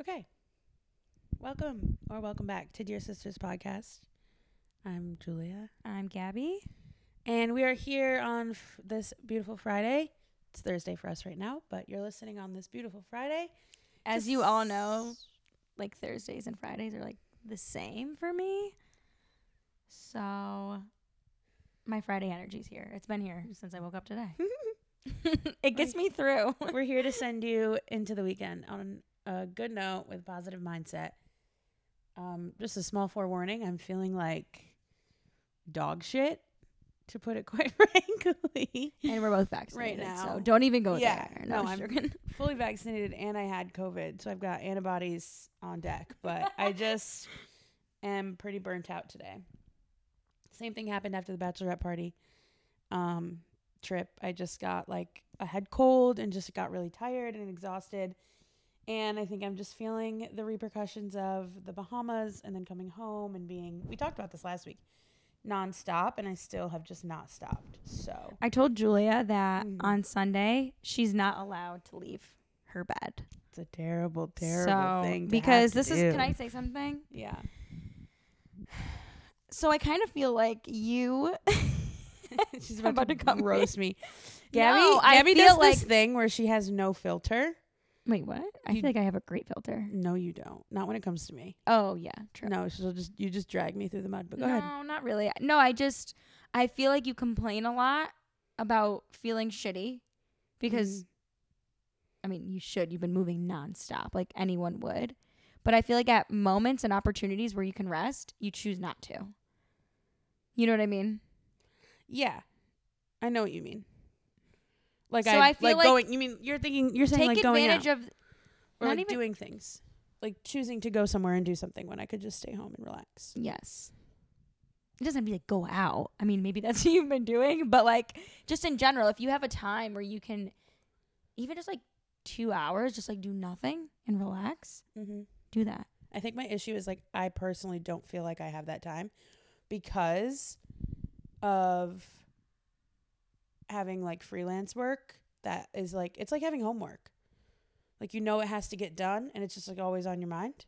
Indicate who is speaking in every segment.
Speaker 1: Okay. Welcome or welcome back to Dear Sisters Podcast. I'm Julia.
Speaker 2: I'm Gabby.
Speaker 1: And we are here on f- this beautiful Friday. It's Thursday for us right now, but you're listening on this beautiful Friday.
Speaker 2: As
Speaker 1: to
Speaker 2: you all
Speaker 1: s-
Speaker 2: know, like Thursdays and Fridays are like the same for me. So my Friday energy's here. It's been here since I woke up today. it gets me through.
Speaker 1: we're here to send you into the weekend on a good note with a positive mindset. Um, just a small forewarning. I'm feeling like dog shit, to put it quite frankly.
Speaker 2: And we're both vaccinated.
Speaker 1: now.
Speaker 2: So don't even go
Speaker 1: Yeah.
Speaker 2: there.
Speaker 1: No, I'm-
Speaker 2: No, I'm joking.
Speaker 1: fully vaccinated and I had COVID, so I've got antibodies on deck, but I just am pretty burnt out today. Same thing happened after the bachelorette party um trip. I just got like a head cold and just got really tired and exhausted. And I think I'm just feeling the repercussions of the Bahamas and then coming home and being we talked about this last week. Nonstop and I still have just not stopped. So
Speaker 2: I told Julia that
Speaker 1: Mm.
Speaker 2: on Sunday she's not allowed to leave her bed.
Speaker 1: it's a terrible, terrible
Speaker 2: so,
Speaker 1: thing. To have
Speaker 2: because this
Speaker 1: to
Speaker 2: is
Speaker 1: do.
Speaker 2: can I say something?
Speaker 1: Yeah.
Speaker 2: So I kind of feel like you
Speaker 1: She's
Speaker 2: I'm
Speaker 1: about,
Speaker 2: about
Speaker 1: to,
Speaker 2: to come
Speaker 1: roast me. Gabby,
Speaker 2: No, I
Speaker 1: Gabby
Speaker 2: feel
Speaker 1: does this
Speaker 2: like-
Speaker 1: thing where she has no filter.
Speaker 2: Wait, what? I
Speaker 1: You-
Speaker 2: feel like I have a great filter.
Speaker 1: No, you don't. Not when it comes to me.
Speaker 2: Oh yeah, true.
Speaker 1: No, she'll just you just drag me through the mud. But go
Speaker 2: no,
Speaker 1: ahead.
Speaker 2: not really. No, I just I feel like you complain a lot about feeling shitty because
Speaker 1: Mm.
Speaker 2: I mean you should. You've been moving nonstop, like anyone would. But I feel like at moments and opportunities where you can rest, you choose not to. You know what I mean?
Speaker 1: Yeah, I know what you mean. Like
Speaker 2: So
Speaker 1: I,
Speaker 2: I feel
Speaker 1: like,
Speaker 2: like-
Speaker 1: going. You mean you're thinking you're saying
Speaker 2: Take
Speaker 1: like going out
Speaker 2: advantage
Speaker 1: or
Speaker 2: of
Speaker 1: like
Speaker 2: not even-
Speaker 1: doing things, like choosing to go somewhere and do something when I could just stay home and relax.
Speaker 2: Yes. It doesn't have to be like go out. I mean, maybe that's what you've been doing, but like just in general, if you have a time where you can even just like two hours, just like do nothing and relax,
Speaker 1: Mm-hmm.
Speaker 2: do that.
Speaker 1: I think my issue is like I personally don't feel like I have that time because of having like freelance work that is like it's like having homework. Like you know it has to get done and it's just like always on your mind.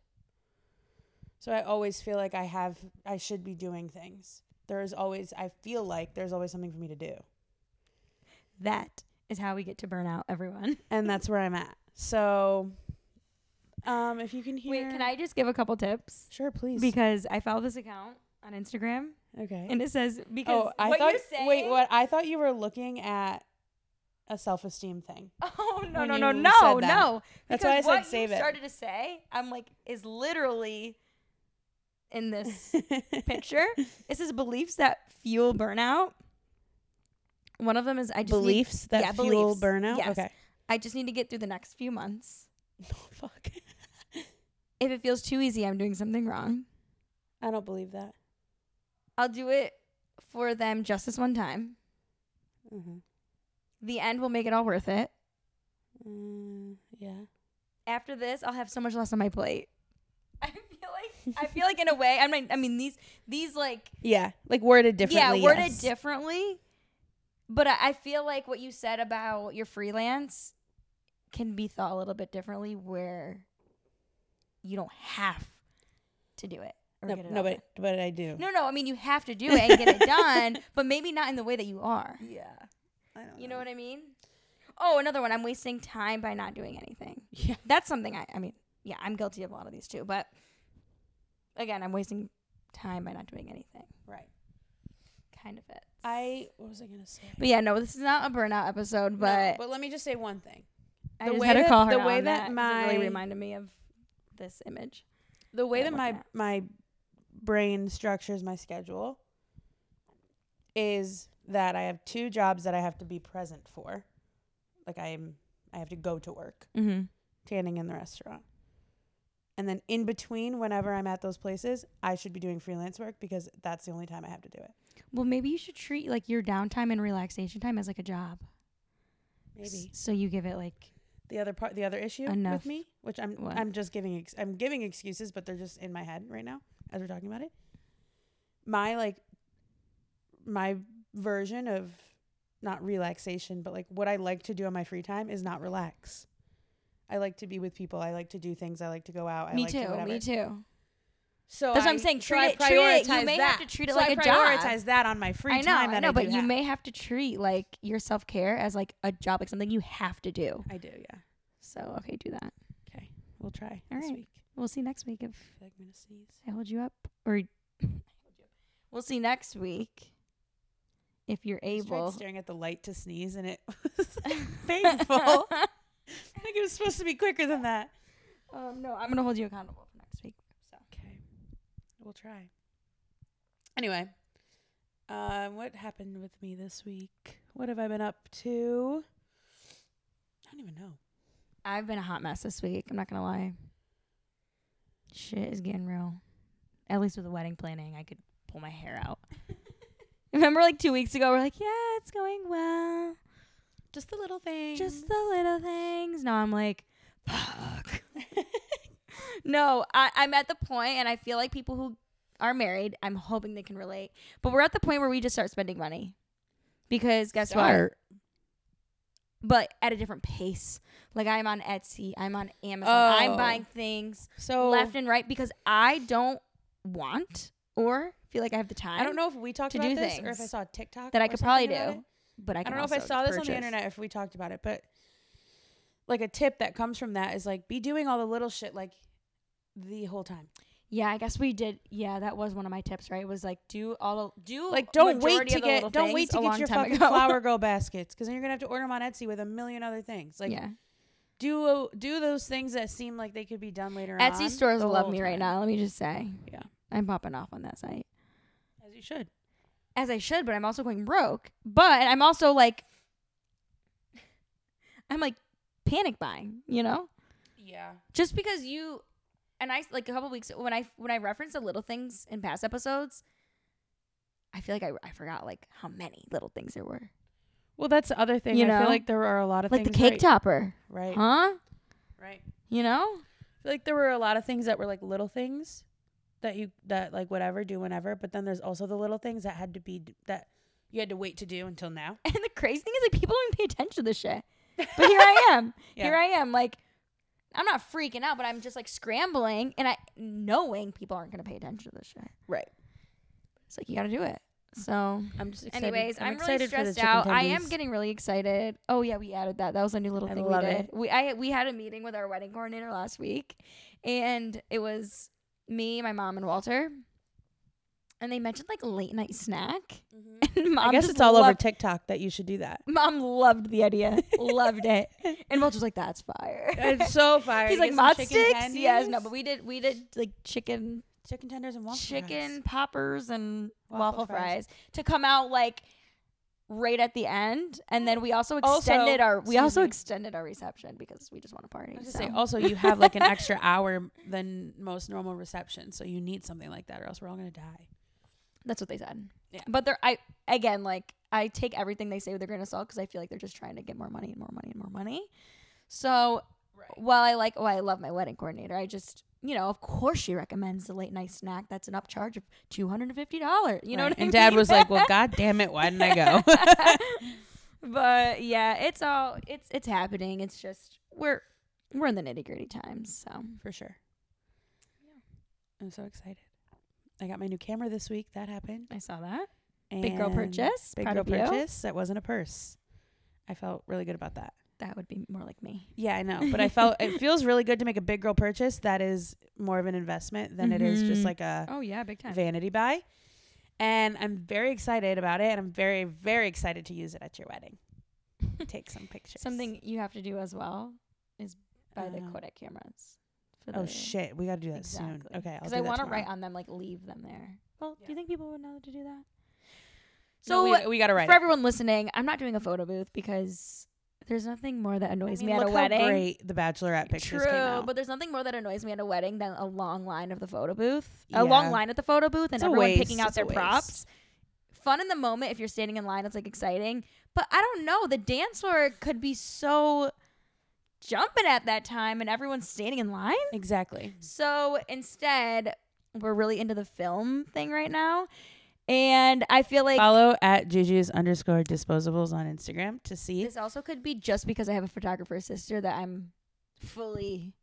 Speaker 1: So I always feel like I have I should be doing things. There is always I feel like there's always something for me to do.
Speaker 2: That is how we get to burn out everyone.
Speaker 1: And that's where I'm at. So um if you can hear
Speaker 2: Wait, can I just give a couple tips?
Speaker 1: Sure, please.
Speaker 2: Because I follow this account on Instagram
Speaker 1: okay.
Speaker 2: and it says because
Speaker 1: Oh, I
Speaker 2: what
Speaker 1: thought.
Speaker 2: you're saying,
Speaker 1: Wait, what? I thought you were looking at a self-esteem thing.
Speaker 2: Oh no
Speaker 1: when
Speaker 2: no no
Speaker 1: you
Speaker 2: no
Speaker 1: said that.
Speaker 2: no!
Speaker 1: That's
Speaker 2: Because
Speaker 1: why I said
Speaker 2: what
Speaker 1: save
Speaker 2: you
Speaker 1: it.
Speaker 2: started to say, I'm like, is literally in this picture. It says beliefs that fuel burnout. One of them is I just Need,
Speaker 1: beliefs that
Speaker 2: yeah,
Speaker 1: fuel
Speaker 2: beliefs.
Speaker 1: burnout.
Speaker 2: Yes.
Speaker 1: Okay.
Speaker 2: I just need to get through the next few months.
Speaker 1: No fuck.
Speaker 2: If it feels too easy, I'm doing something wrong.
Speaker 1: I don't believe that.
Speaker 2: I'll do it for them just this one time.
Speaker 1: Mhm.
Speaker 2: The end will make it all worth it.
Speaker 1: Mm, yeah.
Speaker 2: After this, I'll have so much less on my plate. I feel like I feel like in a way, I'm not, I mean these these like
Speaker 1: Yeah. Like worded
Speaker 2: yeah
Speaker 1: differently.
Speaker 2: worded
Speaker 1: yes.
Speaker 2: differently but I, I feel like what you said about your freelance can be thought a little bit differently where you don't have to do it or
Speaker 1: No,
Speaker 2: get it
Speaker 1: no
Speaker 2: all
Speaker 1: but but I do.
Speaker 2: done. no no i mean you have to do it and get it done but maybe not in the way that you are
Speaker 1: Yeah. I don't
Speaker 2: you know what i mean oh another one i'm wasting time by not doing anything
Speaker 1: Yeah.
Speaker 2: that's something i i mean yeah i'm guilty of a lot of these too but again i'm wasting time by not doing anything
Speaker 1: Right.
Speaker 2: kind of it
Speaker 1: I. What was I gonna say?
Speaker 2: But yeah, no, this is not a burnout episode,
Speaker 1: No,
Speaker 2: but,
Speaker 1: but let me just say one thing.
Speaker 2: I
Speaker 1: the
Speaker 2: just
Speaker 1: way
Speaker 2: had to
Speaker 1: that-
Speaker 2: call her
Speaker 1: the
Speaker 2: out
Speaker 1: way
Speaker 2: on
Speaker 1: that
Speaker 2: 'cause it
Speaker 1: my-
Speaker 2: really reminded me of this image.
Speaker 1: the way
Speaker 2: Yeah,
Speaker 1: that
Speaker 2: working
Speaker 1: my
Speaker 2: out.
Speaker 1: my brain structures my schedule is that I have two jobs that I have to be present for. Like I'm I have to go to work,
Speaker 2: Mm-hmm.
Speaker 1: tanning in the restaurant. And then in between whenever I'm at those places, I should be doing freelance work because that's the only time I have to do it.
Speaker 2: Well, maybe you should treat like your downtime and relaxation time as like a job. S-
Speaker 1: Maybe.
Speaker 2: So you give it like
Speaker 1: The other part the other issue with
Speaker 2: Enough.
Speaker 1: me, which I'm
Speaker 2: What?
Speaker 1: I'm just giving ex- I'm giving excuses, but they're just in my head right now as we're talking about it. My like my version of not relaxation, but like what I like to do on my free time is not relax. I I like to be with people. I like to do things. I like to go out. I
Speaker 2: me
Speaker 1: like to
Speaker 2: too.
Speaker 1: whatever.
Speaker 2: me too.
Speaker 1: So
Speaker 2: That's what
Speaker 1: I-
Speaker 2: I'm saying.
Speaker 1: so
Speaker 2: Treat
Speaker 1: I
Speaker 2: it. Treat it. You
Speaker 1: prioritize
Speaker 2: may
Speaker 1: that.
Speaker 2: have to treat it
Speaker 1: So
Speaker 2: like a
Speaker 1: I
Speaker 2: job.
Speaker 1: prioritize that on my free
Speaker 2: I know.
Speaker 1: time
Speaker 2: I
Speaker 1: that
Speaker 2: know.
Speaker 1: I
Speaker 2: but
Speaker 1: do
Speaker 2: you
Speaker 1: have.
Speaker 2: may have to treat like your self care as like a job, like something you have to do.
Speaker 1: I do. Yeah.
Speaker 2: So okay, do that.
Speaker 1: Okay. We'll try
Speaker 2: All
Speaker 1: this
Speaker 2: right.
Speaker 1: week.
Speaker 2: We'll see next week if
Speaker 1: I feel like I'm gonna sneeze.
Speaker 2: I hold you up or we'll see next week if you're
Speaker 1: I just tried
Speaker 2: able.
Speaker 1: staring at the light to sneeze, and it was painful. I think it was supposed to be quicker than that.
Speaker 2: um, no, I'm gonna hold you accountable for next week. So
Speaker 1: Okay. We'll try. Anyway, uh, what happened with me this week? What have I been up to? I don't even know.
Speaker 2: I've been a hot mess this week. I'm not gonna lie. Shit is getting real. At least with the wedding planning, I could pull my hair out. Remember, like two weeks ago, we're like, "Yeah, it's going well.
Speaker 1: Just the little thing.
Speaker 2: Just the little things." Now I'm like, "Fuck." no, I, I'm at the point, and I feel like people who are married, I'm hoping they can relate. But we're at the point where we just start spending money because guess what? but at a different pace. Like I'm on Etsy, I'm on Amazon, I'm
Speaker 1: Oh.
Speaker 2: buying things
Speaker 1: So
Speaker 2: left and right because I don't want or feel like I have the time.
Speaker 1: I don't know if we talked
Speaker 2: to
Speaker 1: about
Speaker 2: do
Speaker 1: this or if I
Speaker 2: things
Speaker 1: saw a TikTok
Speaker 2: that I
Speaker 1: or
Speaker 2: could
Speaker 1: something
Speaker 2: probably
Speaker 1: about it.
Speaker 2: do, but I,
Speaker 1: I
Speaker 2: can
Speaker 1: don't know if I
Speaker 2: also
Speaker 1: saw
Speaker 2: just
Speaker 1: this on the
Speaker 2: purchase.
Speaker 1: internet if we talked about it, but like a tip that comes from that is like be doing all the little shit like the whole time.
Speaker 2: Yeah, I guess we did. Yeah, that was one of my tips, right? Was like do all do
Speaker 1: Like don't wait
Speaker 2: majority
Speaker 1: to
Speaker 2: of the
Speaker 1: get
Speaker 2: little
Speaker 1: don't wait
Speaker 2: things
Speaker 1: to
Speaker 2: a
Speaker 1: get
Speaker 2: long
Speaker 1: your
Speaker 2: time
Speaker 1: fucking
Speaker 2: ago.
Speaker 1: flower girl baskets because then you're gonna have to order them on Etsy with a million other things. Like
Speaker 2: yeah,
Speaker 1: do do those things that seem like they could be done later on.
Speaker 2: Etsy stores
Speaker 1: the
Speaker 2: love
Speaker 1: whole
Speaker 2: me right
Speaker 1: time.
Speaker 2: now. Let me just say,
Speaker 1: Yeah.
Speaker 2: I'm popping off on that site.
Speaker 1: as you should.
Speaker 2: as I should, but I'm also going broke. But I'm also like, I'm like panic buying, you know,
Speaker 1: Yeah,
Speaker 2: just because you and I like a couple weeks when I when I referenced the little things in past episodes, I feel like I, I forgot like how many little things there were,
Speaker 1: well, that's the other thing.
Speaker 2: You
Speaker 1: I
Speaker 2: know?
Speaker 1: feel like there are a lot of
Speaker 2: like the
Speaker 1: things
Speaker 2: cake
Speaker 1: right,
Speaker 2: topper,
Speaker 1: right,
Speaker 2: huh?
Speaker 1: right.
Speaker 2: You know,
Speaker 1: feel like there were a lot of things that were like little things that you that like whatever do whenever but then there's also the little things that had to be d- that you had to wait to do until now
Speaker 2: and the crazy thing is like people don't even pay attention to this shit, but here I am.
Speaker 1: Yeah.
Speaker 2: Here I am, like I'm not freaking out, but I'm just like scrambling and I knowing people aren't gonna pay attention to this shit.
Speaker 1: Right.
Speaker 2: It's like you gotta do it. So
Speaker 1: i'm just excited.
Speaker 2: anyways, I'm, really
Speaker 1: excited for the
Speaker 2: stressed out. I
Speaker 1: chicken tendies.
Speaker 2: am getting really excited. Oh yeah, we added that. That was a new little
Speaker 1: I
Speaker 2: thing
Speaker 1: love
Speaker 2: we did.
Speaker 1: it.
Speaker 2: We I we had a meeting with our wedding coordinator last week and it was me, my mom, and Walter. And they mentioned like late night snack. And mom
Speaker 1: i guess
Speaker 2: just
Speaker 1: it's all over
Speaker 2: loved-
Speaker 1: tiktok that you should do that
Speaker 2: Mom loved the idea. loved it. And Walter's like, that's fire.
Speaker 1: it's so fire
Speaker 2: He's like mod sticks. Yes, no, but we did we did like chicken
Speaker 1: chicken tenders and waffle
Speaker 2: chicken
Speaker 1: fries.
Speaker 2: poppers and
Speaker 1: Waffle
Speaker 2: waffle,
Speaker 1: fries.
Speaker 2: fries. to come out like right at the end, and then we also extended
Speaker 1: Also-
Speaker 2: our we
Speaker 1: excuse
Speaker 2: also
Speaker 1: me.
Speaker 2: extended our reception because we just want to party.
Speaker 1: I was
Speaker 2: So.
Speaker 1: just saying, also you have like an extra hour than most normal receptions so you need something like that or else we're all gonna die
Speaker 2: That's what they said.
Speaker 1: Yeah.
Speaker 2: But they're I again like I take everything they say with a grain of salt because I feel like they're just trying to get more money and more money and more money. So
Speaker 1: right
Speaker 2: while I like, oh, I love my wedding coordinator. I just, you know, of course she recommends the late night snack. That's an upcharge of two hundred and fifty dollars. You know what I mean?
Speaker 1: and dad was like well god damn it why didn't i go
Speaker 2: but yeah, it's all it's it's happening. It's just we're we're in the nitty gritty times. So
Speaker 1: for sure. I'm so excited. I got my new camera this week. That happened.
Speaker 2: I saw that
Speaker 1: And
Speaker 2: big girl purchase.
Speaker 1: Big
Speaker 2: Proud
Speaker 1: girl
Speaker 2: of you.
Speaker 1: purchase. That wasn't a purse. I felt really good about that.
Speaker 2: That would be more like me.
Speaker 1: Yeah, I know, but I felt it feels really good to make a big girl purchase that is more of an investment than it is just
Speaker 2: Mhm.
Speaker 1: like a
Speaker 2: Oh yeah, big time.
Speaker 1: vanity buy. And I'm very excited about it, and I'm very, very excited to use it at your wedding. Take some pictures.
Speaker 2: Something you have to do as well is buy the
Speaker 1: Uh,
Speaker 2: Kodak cameras. for
Speaker 1: Oh
Speaker 2: the-
Speaker 1: shit, we got to do that soon. Okay,
Speaker 2: Because
Speaker 1: do
Speaker 2: I
Speaker 1: that
Speaker 2: want to
Speaker 1: tomorrow.
Speaker 2: write on them like leave them there. Well, do
Speaker 1: Yeah.
Speaker 2: you think people would know to do
Speaker 1: No,
Speaker 2: that? So
Speaker 1: we, we got to write.
Speaker 2: for
Speaker 1: it.
Speaker 2: everyone listening, I'm not doing a photo booth because there's nothing more that
Speaker 1: I
Speaker 2: annoys
Speaker 1: mean,
Speaker 2: me at
Speaker 1: look
Speaker 2: a
Speaker 1: how
Speaker 2: wedding.
Speaker 1: great the Bachelorette pictures
Speaker 2: True,
Speaker 1: came out.
Speaker 2: but there's nothing more that annoys me at a wedding than a long line of the photo booth. A long
Speaker 1: Yeah.
Speaker 2: line at the photo booth and
Speaker 1: It's a
Speaker 2: everyone
Speaker 1: waste.
Speaker 2: picking out
Speaker 1: It's a
Speaker 2: their
Speaker 1: waste.
Speaker 2: props. Fun in the moment if you're standing in line, it's like exciting. But I don't know, the dance floor could be so jumping at that time and everyone's standing in line.
Speaker 1: Exactly.
Speaker 2: So instead, we're really into the film thing right now. And I feel like
Speaker 1: Follow at Juju's underscore disposables on Instagram to see.
Speaker 2: This also could be just because I have a photographer sister that I'm fully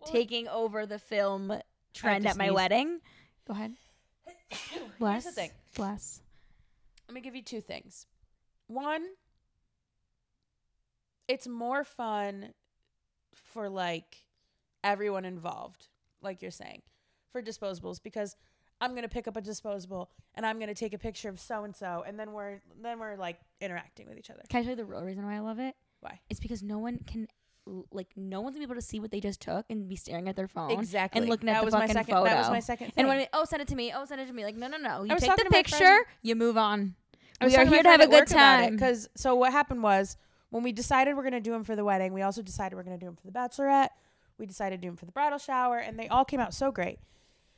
Speaker 1: Well,
Speaker 2: taking over the film trend
Speaker 3: to
Speaker 2: at my
Speaker 3: sneeze.
Speaker 2: wedding. Go ahead. Bless.
Speaker 1: Here's the thing.
Speaker 2: Bless.
Speaker 1: Let me give you two things. One, it's more fun for like everyone involved, like you're saying, for disposables because I'm gonna pick up a disposable and I'm gonna take a picture of so and so, and then we're then we're like interacting with each other.
Speaker 2: Can I tell you the real reason why I love it?
Speaker 1: Why?
Speaker 2: It's because no one can, l- like, no one's gonna be able to see what they just took and be staring at their phone.
Speaker 1: Exactly.
Speaker 2: And looking at
Speaker 1: that
Speaker 2: the
Speaker 1: was my
Speaker 2: fucking
Speaker 1: second. That was
Speaker 2: photo.
Speaker 1: my second. Thing.
Speaker 2: And when it, oh, send it to me. Oh, send it to me. Like, no, no, no. You
Speaker 1: was
Speaker 2: take
Speaker 1: talking
Speaker 2: the
Speaker 1: to my friend-
Speaker 2: picture. You move on.
Speaker 1: I was
Speaker 2: We are
Speaker 1: talking
Speaker 2: here to have a good time.
Speaker 1: Because so what happened was when we decided we're gonna do them for the wedding, we also decided we're gonna do them for the bachelorette. We decided to do them for the bridal shower, and they all came out so great.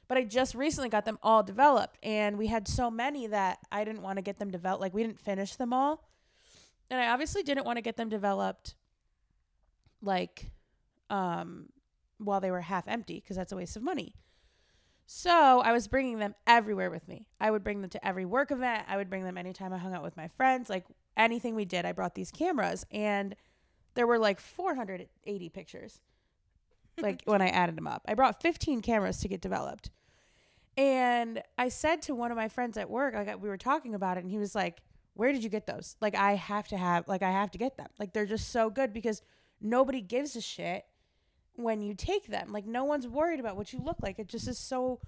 Speaker 1: But I just recently got them all developed, and we had so many that I didn't want to get them developed. Like we didn't finish them all, and I obviously didn't want to get them developed, like, um, while they were half empty because that's a waste of money. So I was bringing them everywhere with me. I would bring them to every work event. I would bring them anytime I hung out with my friends. Like anything we did, I brought these cameras, and there were like 480 pictures. Like when I added them up, I brought 15 cameras to get developed. And I said to one of my friends at work, like we were talking about it, and he was like, "Where did you get those? Like I have to have, like I have to get them. Like they're just so good because nobody gives a shit." when you take them. Like no one's worried about what you look like. It just is so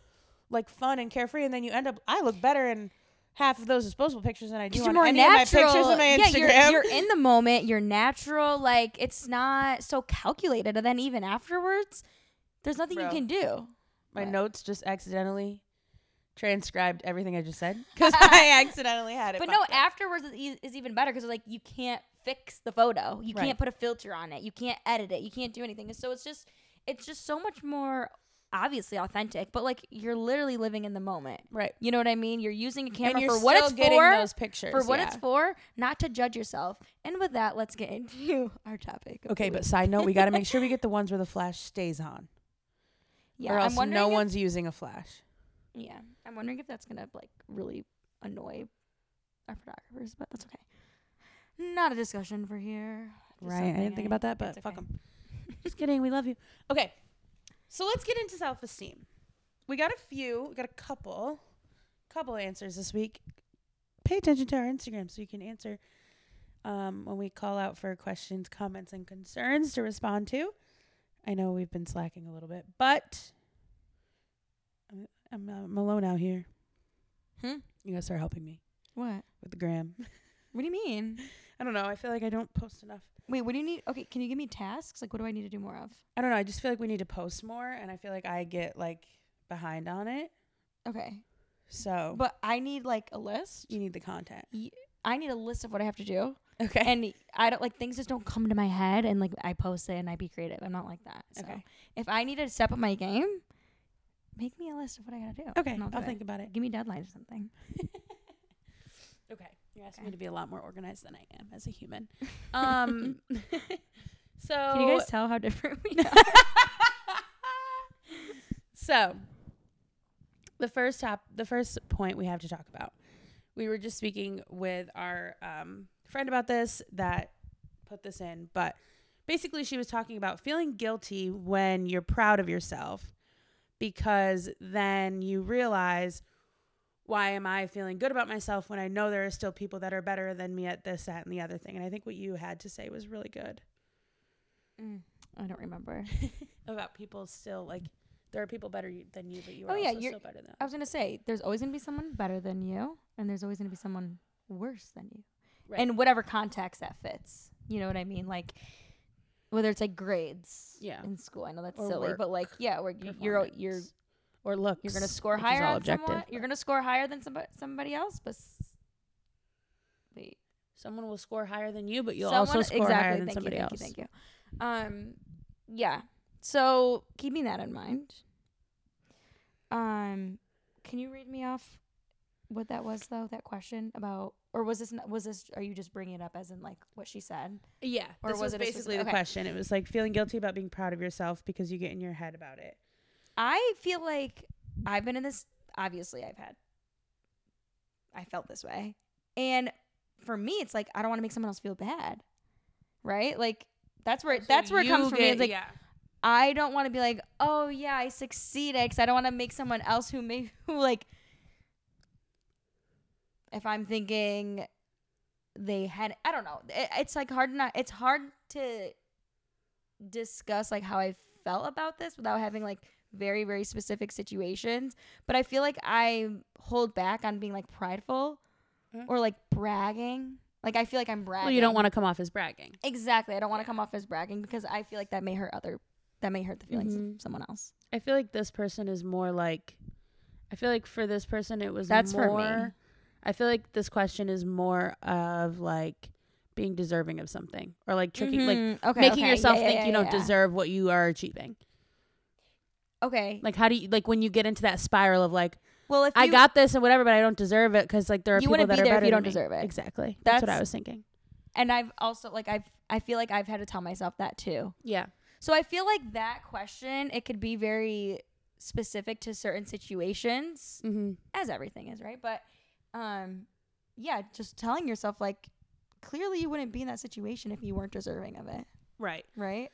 Speaker 1: like fun and carefree, and then you end up. I look better in half of those disposable pictures than I do
Speaker 2: Because you're
Speaker 1: on
Speaker 2: more
Speaker 1: any of my
Speaker 2: natural.
Speaker 1: pictures on my
Speaker 2: yeah,
Speaker 1: Instagram.
Speaker 2: You're, you're in the moment. You're natural. Like it's not so calculated. And then even afterwards, there's nothing
Speaker 1: Bro.
Speaker 2: you can do.
Speaker 1: my
Speaker 2: What?
Speaker 1: notes just accidentally transcribed everything I just said because I accidentally had it.
Speaker 2: But no,
Speaker 1: popped up.
Speaker 2: afterwards is, e- is even better because like you can't fix the photo. You
Speaker 1: Right.
Speaker 2: can't put a filter on it. You can't edit it. You can't do anything. So it's just, it's just so much more obviously authentic. But like you're literally living in the moment.
Speaker 1: right.
Speaker 2: You know what I mean? You're using a camera
Speaker 1: And you're
Speaker 2: for what
Speaker 1: still
Speaker 2: it's
Speaker 1: getting
Speaker 2: for.
Speaker 1: those pictures
Speaker 2: for what it's
Speaker 1: yeah.
Speaker 2: for, not to judge yourself. And with that, let's get into our topic. of
Speaker 1: Okay,
Speaker 2: the
Speaker 1: but
Speaker 2: week.
Speaker 1: side note, we got to make sure we get the ones where the flash stays on,
Speaker 2: yeah,
Speaker 1: or else
Speaker 2: I'm wondering
Speaker 1: no
Speaker 2: if-
Speaker 1: one's using a flash.
Speaker 2: Yeah, I'm wondering if that's gonna like really annoy our photographers, but that's okay. Not a discussion for here. Just
Speaker 1: Right. I
Speaker 2: something
Speaker 1: didn't think about that, but
Speaker 2: it's
Speaker 1: fuck
Speaker 2: okay.
Speaker 1: 'em. Just kidding. We love you. Okay. So let's get into self esteem. We got a few, we got a couple, couple answers this week. Pay attention to our Instagram so you can answer um, when we call out for questions, comments, and concerns to respond to. I know we've been slacking a little bit, but I'm, I'm, I'm alone out here.
Speaker 2: Hmm?
Speaker 1: You guys are helping me
Speaker 2: What?
Speaker 1: with the gram.
Speaker 2: What do you mean?
Speaker 1: I don't know. I feel like I don't post enough.
Speaker 2: Wait, what do you need? Okay, can you give me tasks? Like, what do I need to do more of?
Speaker 1: I don't know. I just feel like we need to post more, and I feel like I get like behind on it.
Speaker 2: Okay,
Speaker 1: So
Speaker 2: Oh. but I need like a list.
Speaker 1: you need the content.
Speaker 2: I need a list of what I have to do,
Speaker 1: Okay.
Speaker 2: and I don't like things just don't come to my head. And like, I post it and I be creative. I'm not like that. So
Speaker 1: Okay.
Speaker 2: if I need to step up my game, make me a list of what I gotta do.
Speaker 1: okay.
Speaker 2: and
Speaker 1: I'll,
Speaker 2: do it.
Speaker 1: think about it.
Speaker 2: Give me deadlines or something.
Speaker 1: Okay. You're asking
Speaker 2: Okay.
Speaker 1: me to be a lot more organized than I am as a human. Um. so
Speaker 2: Can you guys tell how different we are?
Speaker 1: so the first top the first point we have to talk about we were just speaking with our um, friend about this that put this in but basically she was talking about feeling guilty when you're proud of yourself because then you realize why am i feeling good about myself when i know there are still people that are better than me at this that and the other thing and i think what you had to say was really good Mm.
Speaker 2: I don't remember.
Speaker 1: about people still like there are people better you- than you, but you
Speaker 2: Oh,
Speaker 1: are
Speaker 2: yeah,
Speaker 1: also
Speaker 2: you're-
Speaker 1: still better than.
Speaker 2: I was gonna say there's always gonna be someone better than you, and there's always gonna be someone worse than you,
Speaker 1: Right.
Speaker 2: in whatever context that fits. You know what I mean? Like whether it's like grades,
Speaker 1: Yeah.
Speaker 2: in school. I know that's
Speaker 1: Or
Speaker 2: silly, but like yeah, where
Speaker 1: others.
Speaker 2: you- you're you're
Speaker 1: Performance. or looks.
Speaker 2: you're gonna score
Speaker 1: which is
Speaker 2: higher
Speaker 1: all
Speaker 2: on
Speaker 1: objective,
Speaker 2: someone. You're
Speaker 1: but
Speaker 2: gonna score higher than somebody somebody else, but s- wait,
Speaker 1: someone will score higher than you, but you'll also
Speaker 2: Someone-
Speaker 1: score higher than
Speaker 2: thank
Speaker 1: somebody
Speaker 2: you,
Speaker 1: else.
Speaker 2: Thank you. Thank you. Um, yeah. So keeping that in mind. Um, can you read me off what that was though? That question about, or was this not, was this? Are you just bringing it up as in like what she said?
Speaker 1: Yeah,
Speaker 2: Or
Speaker 1: this
Speaker 2: was
Speaker 1: was
Speaker 2: it a
Speaker 1: basically
Speaker 2: specific-
Speaker 1: the
Speaker 2: okay.
Speaker 1: question. It was like feeling guilty about being proud of yourself because you get in your head about it.
Speaker 2: I feel like I've been in this. Obviously, I've had. I felt this way, and for me, it's like I don't want to make someone else feel bad, right? Like That's where that's where it comes from. me. It's like
Speaker 1: yeah.
Speaker 2: I don't want to be like, oh yeah, I succeeded because I don't want to make someone else who may who like. If I'm thinking, they had I don't know. It, it's like hard not. It's hard to discuss like how I felt about this without having like very very specific situations. But I feel like I hold back on being like prideful
Speaker 1: Mm.
Speaker 2: or like bragging. Like I feel like I'm bragging.
Speaker 1: Well, you don't want to come off as bragging.
Speaker 2: Exactly. I don't want to
Speaker 1: Yeah.
Speaker 2: come off as bragging because I feel like that may hurt other that may hurt the feelings
Speaker 1: Mhm.
Speaker 2: of someone else.
Speaker 1: I feel like this person is more like. I feel like for this person it was
Speaker 2: That's for
Speaker 1: more.
Speaker 2: me.
Speaker 1: I feel like this question is more of like being deserving of something or like tricking, like
Speaker 2: Mhm. okay,
Speaker 1: Mm-hmm. making
Speaker 2: okay.
Speaker 1: yourself
Speaker 2: Yeah, yeah,
Speaker 1: think
Speaker 2: yeah,
Speaker 1: you don't
Speaker 2: yeah.
Speaker 1: deserve what you are achieving.
Speaker 2: Okay.
Speaker 1: Like how do you like when you get into that spiral of like
Speaker 2: well, if
Speaker 1: I
Speaker 2: you-
Speaker 1: got this and whatever, but I don't deserve it because like there are
Speaker 2: You
Speaker 1: people
Speaker 2: wouldn't
Speaker 1: that
Speaker 2: be
Speaker 1: are
Speaker 2: there if
Speaker 1: better
Speaker 2: you
Speaker 1: than
Speaker 2: don't
Speaker 1: me.
Speaker 2: deserve it.
Speaker 1: Exactly. That's, what I
Speaker 2: That's-
Speaker 1: was thinking.
Speaker 2: and I've also like I've I feel like I've had to tell myself that too.
Speaker 1: Yeah.
Speaker 2: So I feel like that question it could be very specific to certain situations
Speaker 1: Mm-hmm.
Speaker 2: as everything is, right? But um yeah, just telling yourself like clearly you wouldn't be in that situation if you weren't deserving of it,
Speaker 1: Right.
Speaker 2: right?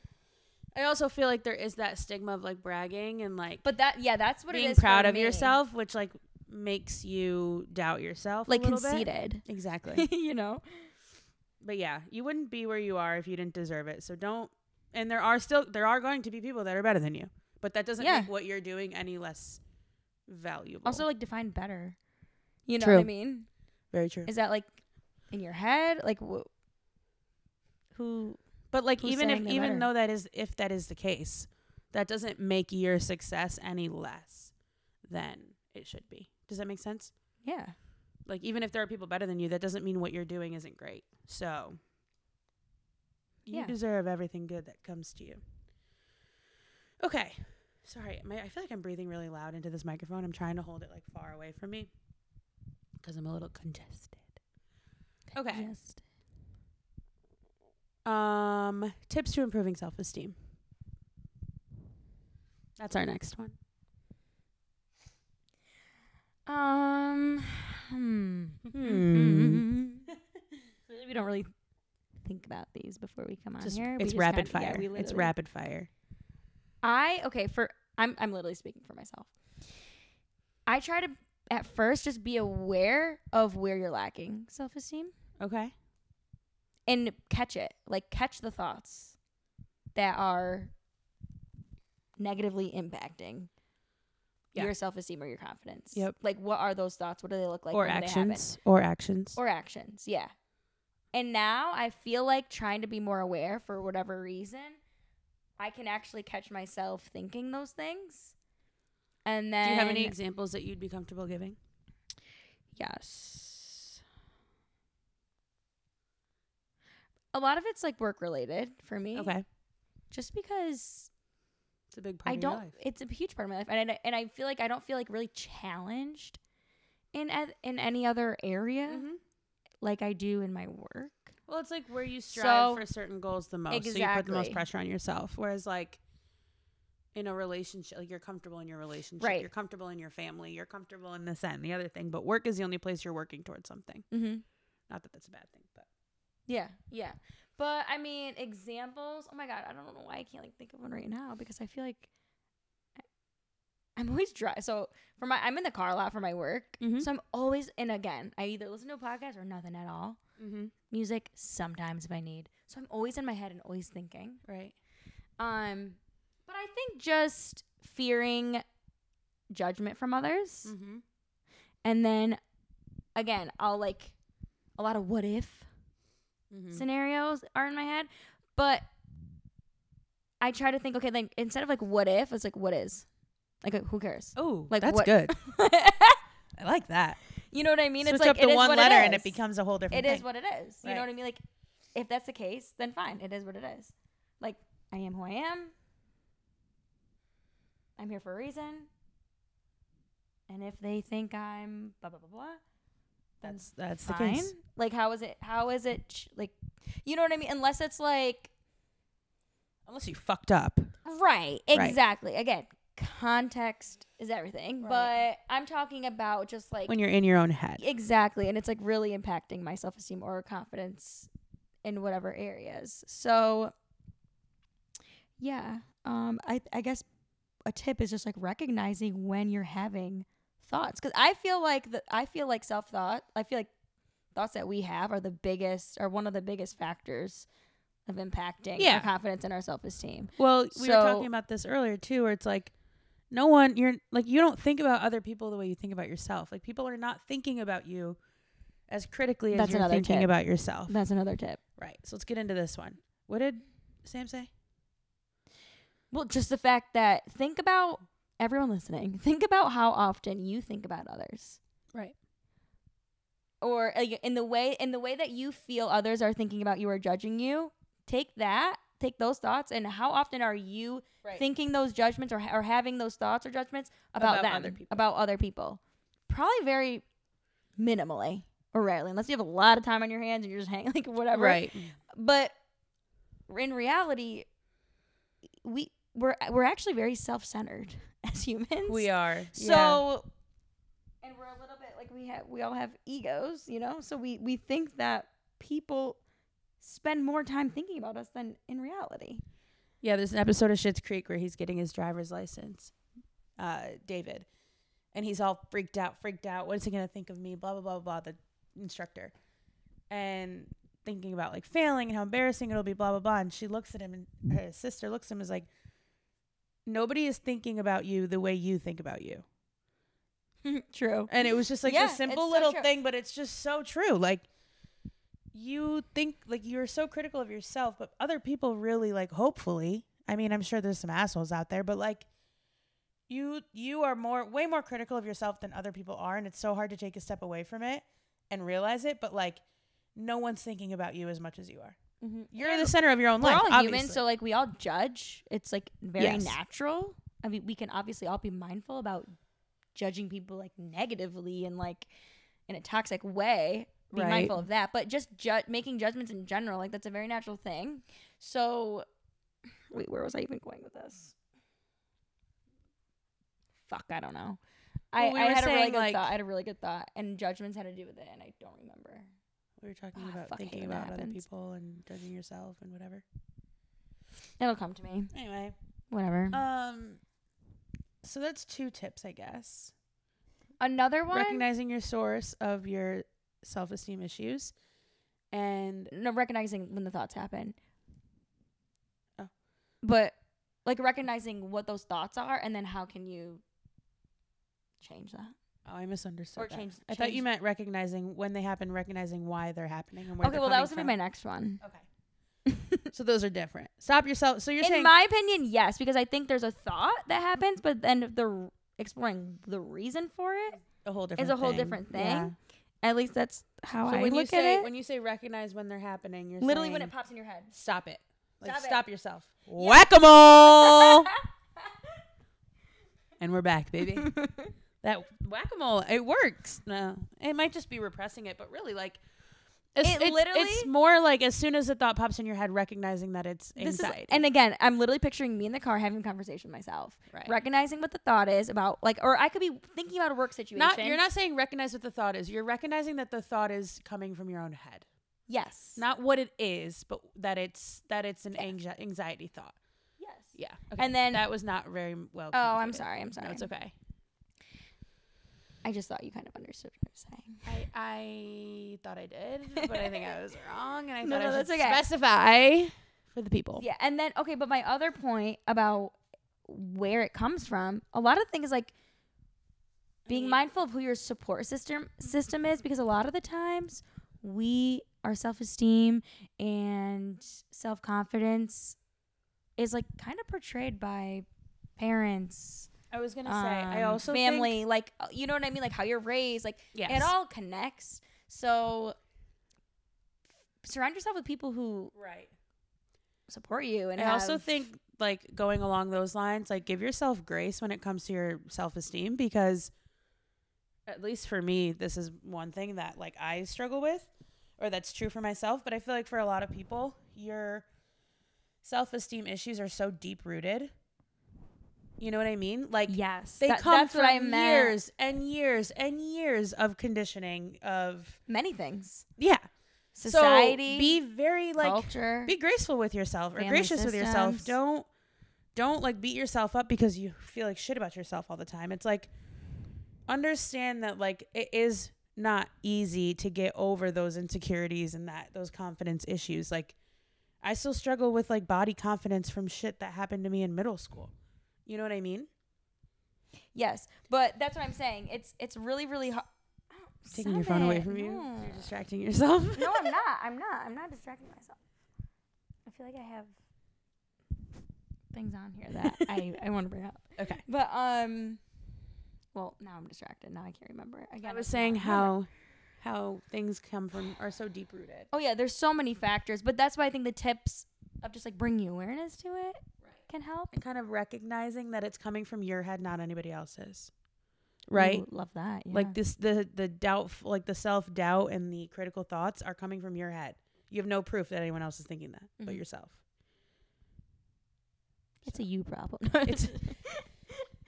Speaker 1: I also feel like there is that stigma of like bragging and like
Speaker 2: But that yeah, that's what it
Speaker 1: being
Speaker 2: is for
Speaker 1: proud of
Speaker 2: me.
Speaker 1: yourself, which like makes you doubt yourself, a
Speaker 2: Like
Speaker 1: little bit.
Speaker 2: conceited.
Speaker 1: Exactly.
Speaker 2: you know.
Speaker 1: but yeah, you wouldn't be where you are if you didn't deserve it. So don't. And there are still there are going to be people that are better than you, but that doesn't
Speaker 2: Yeah.
Speaker 1: make what you're doing any less valuable.
Speaker 2: Also, like define better. You know
Speaker 1: True.
Speaker 2: what I mean?
Speaker 1: very true.
Speaker 2: Is that like in your head? Like wh- who?
Speaker 1: But like
Speaker 2: Who's
Speaker 1: even if
Speaker 2: saying they're
Speaker 1: even
Speaker 2: better?
Speaker 1: though that is if that is the case, that doesn't make your success any less than it should be. Does that make sense?
Speaker 2: Yeah.
Speaker 1: Like even if there are people better than you, that doesn't mean what you're doing isn't great. So you
Speaker 2: Yeah.
Speaker 1: deserve everything good that comes to you. Okay. Sorry, my, I feel like I'm breathing really loud into this microphone. I'm trying to hold it like far away from me because I'm a little congested. Okay.
Speaker 2: Just-
Speaker 1: Um, tips to improving self esteem. That's our next one.
Speaker 2: Um. Hmm. Really, we don't really think about these before we come on
Speaker 1: Just-
Speaker 2: here. We
Speaker 1: it's
Speaker 2: just
Speaker 1: rapid
Speaker 2: kinda- yeah,
Speaker 1: fire.
Speaker 2: we
Speaker 1: it's
Speaker 2: literally-
Speaker 1: rapid fire.
Speaker 2: I okay for I'm I'm literally speaking for myself. I try to at first just be aware of where you're lacking self esteem.
Speaker 1: Okay.
Speaker 2: and catch it like catch the thoughts that are negatively impacting
Speaker 1: Yeah.
Speaker 2: your self-esteem or your confidence
Speaker 1: Yep.
Speaker 2: like what are those thoughts what do they look like
Speaker 1: or
Speaker 2: when they happen?
Speaker 1: actions. Or actions.
Speaker 2: or actions yeah and now i feel like trying to be more aware for whatever reason i can actually catch myself thinking those things and then
Speaker 1: Do you have any examples that you'd be comfortable giving?
Speaker 2: Yes. A lot of it's like work related for me.
Speaker 1: Okay.
Speaker 2: Just because
Speaker 1: It's a big part
Speaker 2: I
Speaker 1: of
Speaker 2: don't,
Speaker 1: your life.
Speaker 2: it's a huge part of my life, and I, and I feel like I don't feel like really challenged in eth- in any other area
Speaker 1: Mhm.
Speaker 2: like I do in my work.
Speaker 1: Well, it's like where you strive
Speaker 2: So-
Speaker 1: for certain goals the most, so you put the most
Speaker 2: Exactly.
Speaker 1: pressure on yourself. Whereas, like in a relationship, like you're comfortable in your relationship,
Speaker 2: Right.
Speaker 1: you're comfortable in your family, you're comfortable in this that, and the other thing. But work is the only place you're working towards something.
Speaker 2: Mm-hmm.
Speaker 1: Not that that's a bad thing, but
Speaker 2: Yeah, yeah. But I mean, examples. Oh my god, I don't know why I can't like think of one right now because I feel like I, I'm always dry. So for my, I'm in the car a lot for my work,
Speaker 1: Mhm.
Speaker 2: so I'm always and again, I either listen to a podcast or nothing at all.
Speaker 1: mm-hmm.
Speaker 2: Music sometimes if I need. So I'm always in my head and always thinking.
Speaker 1: right.
Speaker 2: Um, but I think just fearing judgment from others,
Speaker 4: Mm.
Speaker 1: Mm-hmm.
Speaker 2: and then again, I'll like a lot of what if Mm-hmm.
Speaker 4: Mm.
Speaker 2: scenarios are in my head. But I try to think, okay, like instead of like what if, it's like what is. Like who cares?
Speaker 1: Oh,
Speaker 2: Like,
Speaker 1: that's
Speaker 2: what-
Speaker 1: good. I like that.
Speaker 2: you know what I mean?
Speaker 4: Switch
Speaker 2: it's like
Speaker 4: up the
Speaker 2: it is
Speaker 4: one
Speaker 2: what
Speaker 4: letter
Speaker 2: it is.
Speaker 4: and it becomes a whole different
Speaker 2: It
Speaker 4: thing.
Speaker 2: is what it is. You
Speaker 4: Right.
Speaker 2: know what I mean? Like if that's the case, then fine. It is what it is. Like I am who I am. I'm here for a reason. And if they think I'm blah blah blah blah, then
Speaker 1: That's that's the
Speaker 2: fine.
Speaker 1: case.
Speaker 2: Like how is it? How is it? ch- Like you know what I mean? Unless it's like
Speaker 1: Unless you fucked up.
Speaker 2: Right.
Speaker 1: Right.
Speaker 2: Exactly. Again, context is everything.
Speaker 1: Right.
Speaker 2: But I'm talking about just like
Speaker 1: When you're in your own head.
Speaker 2: exactly, and it's like really impacting my self esteem or confidence in whatever areas. So Yeah. Um. I I guess a tip is just like recognizing when you're having thoughts because I feel like the I feel like self thought. I feel like thoughts that we have are the biggest are one of the biggest factors of impacting
Speaker 1: Yeah.
Speaker 2: our confidence and our self esteem.
Speaker 1: Well, we were
Speaker 2: So-
Speaker 1: talking about this earlier too, where it's like no one you're like you don't think about other people the way you think about yourself. Like people are not thinking about you as critically
Speaker 2: That's
Speaker 1: as you're
Speaker 2: another
Speaker 1: thinking
Speaker 2: tip.
Speaker 1: about yourself.
Speaker 2: That's another tip.
Speaker 1: right. So let's get into this one. What did Sam say?
Speaker 2: Well, just the fact that think about everyone listening. Think about how often you think about others.
Speaker 1: Right.
Speaker 2: Or like, in the way in the way that you feel others are thinking about you or judging you. Take that, take those thoughts and how often are you
Speaker 1: Right.
Speaker 2: thinking those judgments or, ha- or having those thoughts or judgments about,
Speaker 1: About
Speaker 2: them,
Speaker 1: other people.
Speaker 2: about other people? Probably very minimally or rarely, unless you have a lot of time on your hands and you're just hanging like whatever
Speaker 1: Right.
Speaker 2: but in reality we we're we're actually very self-centered as humans
Speaker 1: We are.
Speaker 2: so and we're a little bit like we have we all have egos you know so we we think that people spend more time thinking about us than in reality
Speaker 1: Yeah, there's an episode of Schitt's Creek where he's getting his driver's license, uh, David, and he's all freaked out, freaked out. What is he gonna think of me? Blah blah blah blah. blah, The instructor, and thinking about like failing and how embarrassing it'll be. Blah blah blah. And she looks at him, and her sister looks at him, and is like, nobody is thinking about you the way you think about you.
Speaker 2: true
Speaker 1: And it was just like a
Speaker 2: Yeah, it's
Speaker 1: simple
Speaker 2: so
Speaker 1: little
Speaker 2: true.
Speaker 1: thing, but it's just so true. Like you think like you're so critical of yourself, but other people really like hopefully. I mean, I'm sure there's some assholes out there, but like you you are more way more critical of yourself than other people are, and it's so hard to take a step away from it and realize it, but like no one's thinking about you as much as you are.
Speaker 2: Mm-hmm.
Speaker 1: You're the center of your own
Speaker 2: we're
Speaker 1: life.
Speaker 2: all human
Speaker 1: obviously.
Speaker 2: so like we all judge it's like very
Speaker 1: Yes.
Speaker 2: natural i mean we can obviously all be mindful about judging people like negatively and like in a toxic way be
Speaker 1: Right.
Speaker 2: mindful of that but just ju- making judgments in general like that's a very natural thing so wait where was i even going with this fuck i don't know I,
Speaker 1: Well, we
Speaker 2: I
Speaker 1: were
Speaker 2: had a really
Speaker 1: saying,
Speaker 2: good
Speaker 1: like-
Speaker 2: thought. I had a really good thought, and judgments had to do with it, and I don't remember.
Speaker 1: we were talking
Speaker 2: Ah,
Speaker 1: about
Speaker 2: fuck, I hate
Speaker 1: thinking
Speaker 2: when that
Speaker 1: about other
Speaker 2: happens.
Speaker 1: people and judging yourself and whatever.
Speaker 2: It'll come to me.
Speaker 1: Anyway.
Speaker 2: Whatever.
Speaker 1: Um so that's two tips, I guess.
Speaker 2: Another one.
Speaker 1: recognizing your source of your self-esteem issues and
Speaker 2: no recognizing when the thoughts happen.
Speaker 1: Oh.
Speaker 2: But like recognizing what those thoughts are and then how can you change that?
Speaker 1: oh i misunderstood
Speaker 2: Or
Speaker 1: that.
Speaker 2: change-
Speaker 1: i thought you
Speaker 2: change-
Speaker 1: meant recognizing when they happen recognizing why they're happening and where
Speaker 2: okay,
Speaker 1: they're
Speaker 2: well that was
Speaker 1: coming
Speaker 2: gonna be my next one.
Speaker 1: from. okay so those are different stop yourself so you're
Speaker 2: In
Speaker 1: saying
Speaker 2: my opinion, yes, because I think there's a thought that happens, but then the r- exploring the reason for it.
Speaker 1: a whole different
Speaker 2: a whole
Speaker 1: thing.
Speaker 2: different thing.
Speaker 1: Yeah. Oh,
Speaker 2: At least that's how
Speaker 1: so
Speaker 2: I
Speaker 1: when
Speaker 2: look
Speaker 1: you say
Speaker 2: at it.
Speaker 1: when you say recognize when they're happening you're
Speaker 2: Literally when
Speaker 1: saying,
Speaker 2: it pops in your head.
Speaker 1: stop it like
Speaker 2: Stop
Speaker 1: stop,
Speaker 2: it.
Speaker 1: yourself whack-a-mole
Speaker 2: I
Speaker 1: and we're back baby that whack-a-mole it works no it might just be repressing it but really like it's,
Speaker 2: It
Speaker 1: it's-
Speaker 2: literally-
Speaker 1: it's more like as soon as the thought pops in your head recognizing that it's
Speaker 2: This is-
Speaker 1: anxiety
Speaker 2: and again, I'm literally picturing me in the car having a conversation with myself,
Speaker 1: Right.
Speaker 2: recognizing what the thought is about, like, or I could be thinking about a work situation.
Speaker 1: not you're not saying recognize what the thought is you're recognizing that the thought is coming from your own head
Speaker 2: Yes.
Speaker 1: not what it is but that it's that it's an anxi- anxiety thought
Speaker 2: Yes.
Speaker 1: yeah
Speaker 2: And then-
Speaker 1: that was not very well
Speaker 2: Oh, I'm
Speaker 1: communicated.
Speaker 2: sorry. I'm sorry.
Speaker 1: no it's okay
Speaker 2: I just thought you kind of understood what I was saying.
Speaker 1: I, I thought I did, but I think I was wrong, and I
Speaker 2: No,
Speaker 1: thought
Speaker 2: no,
Speaker 1: I should
Speaker 2: that's okay.
Speaker 1: specify for the people.
Speaker 2: Yeah, and then okay, but my other point about where it comes from, a lot of things like
Speaker 1: Mm.
Speaker 2: being mindful of who your support system system is, because a lot of the times we our self esteem and self confidence is like kind of portrayed by parents,
Speaker 1: I was gonna
Speaker 2: um, family, like uh, you know what I mean, like how you're raised, like
Speaker 1: Yes.
Speaker 2: it all connects. So surround yourself with people who
Speaker 1: Right.
Speaker 2: support you, and
Speaker 1: I also
Speaker 2: have-
Speaker 1: think like going along those lines, like give yourself grace when it comes to your self esteem because at least for me, this is one thing that like I struggle with or that's true for myself, but I feel like for a lot of people, your self esteem issues are so deep rooted. You know what I mean? Like
Speaker 2: Yes,
Speaker 1: they
Speaker 2: that-
Speaker 1: come
Speaker 2: that's
Speaker 1: from
Speaker 2: what I meant.
Speaker 1: years and years and years of conditioning of
Speaker 2: many things,
Speaker 1: yeah.
Speaker 2: society,
Speaker 1: so be very like
Speaker 2: culture.
Speaker 1: be graceful with yourself or
Speaker 2: Family
Speaker 1: gracious with yourself
Speaker 2: systems.
Speaker 1: don't don't like beat yourself up because you feel like shit about yourself all the time. It's like understand that like it is not easy to get over those insecurities and that those confidence issues. Like I still struggle with like body confidence from shit that happened to me in middle school. You know what I mean?
Speaker 2: Yes, but that's what I'm saying. It's it's really really hard.
Speaker 1: Taking your phone away from you. You're distracting yourself.
Speaker 2: no, I'm not. I'm not. I'm not distracting myself. I feel like I have things on here that I, I want to bring up.
Speaker 1: Okay.
Speaker 2: But um well, now I'm distracted. Now I can't remember. it. Again,
Speaker 1: I was
Speaker 2: don't
Speaker 1: saying
Speaker 2: remember.
Speaker 1: how how things come from are so deep rooted.
Speaker 2: Oh yeah, there's so many factors, but that's why I think the tips of just like bringing awareness to it can help.
Speaker 1: And kind of recognizing that it's coming from your head, not anybody else's. Right?
Speaker 2: Ooh, love that. Yeah.
Speaker 1: Like this the the doubt like the self doubt and the critical thoughts are coming from your head. You have no proof that anyone else is thinking that but
Speaker 2: Mhm.
Speaker 1: yourself.
Speaker 2: it's a you problem.
Speaker 1: It's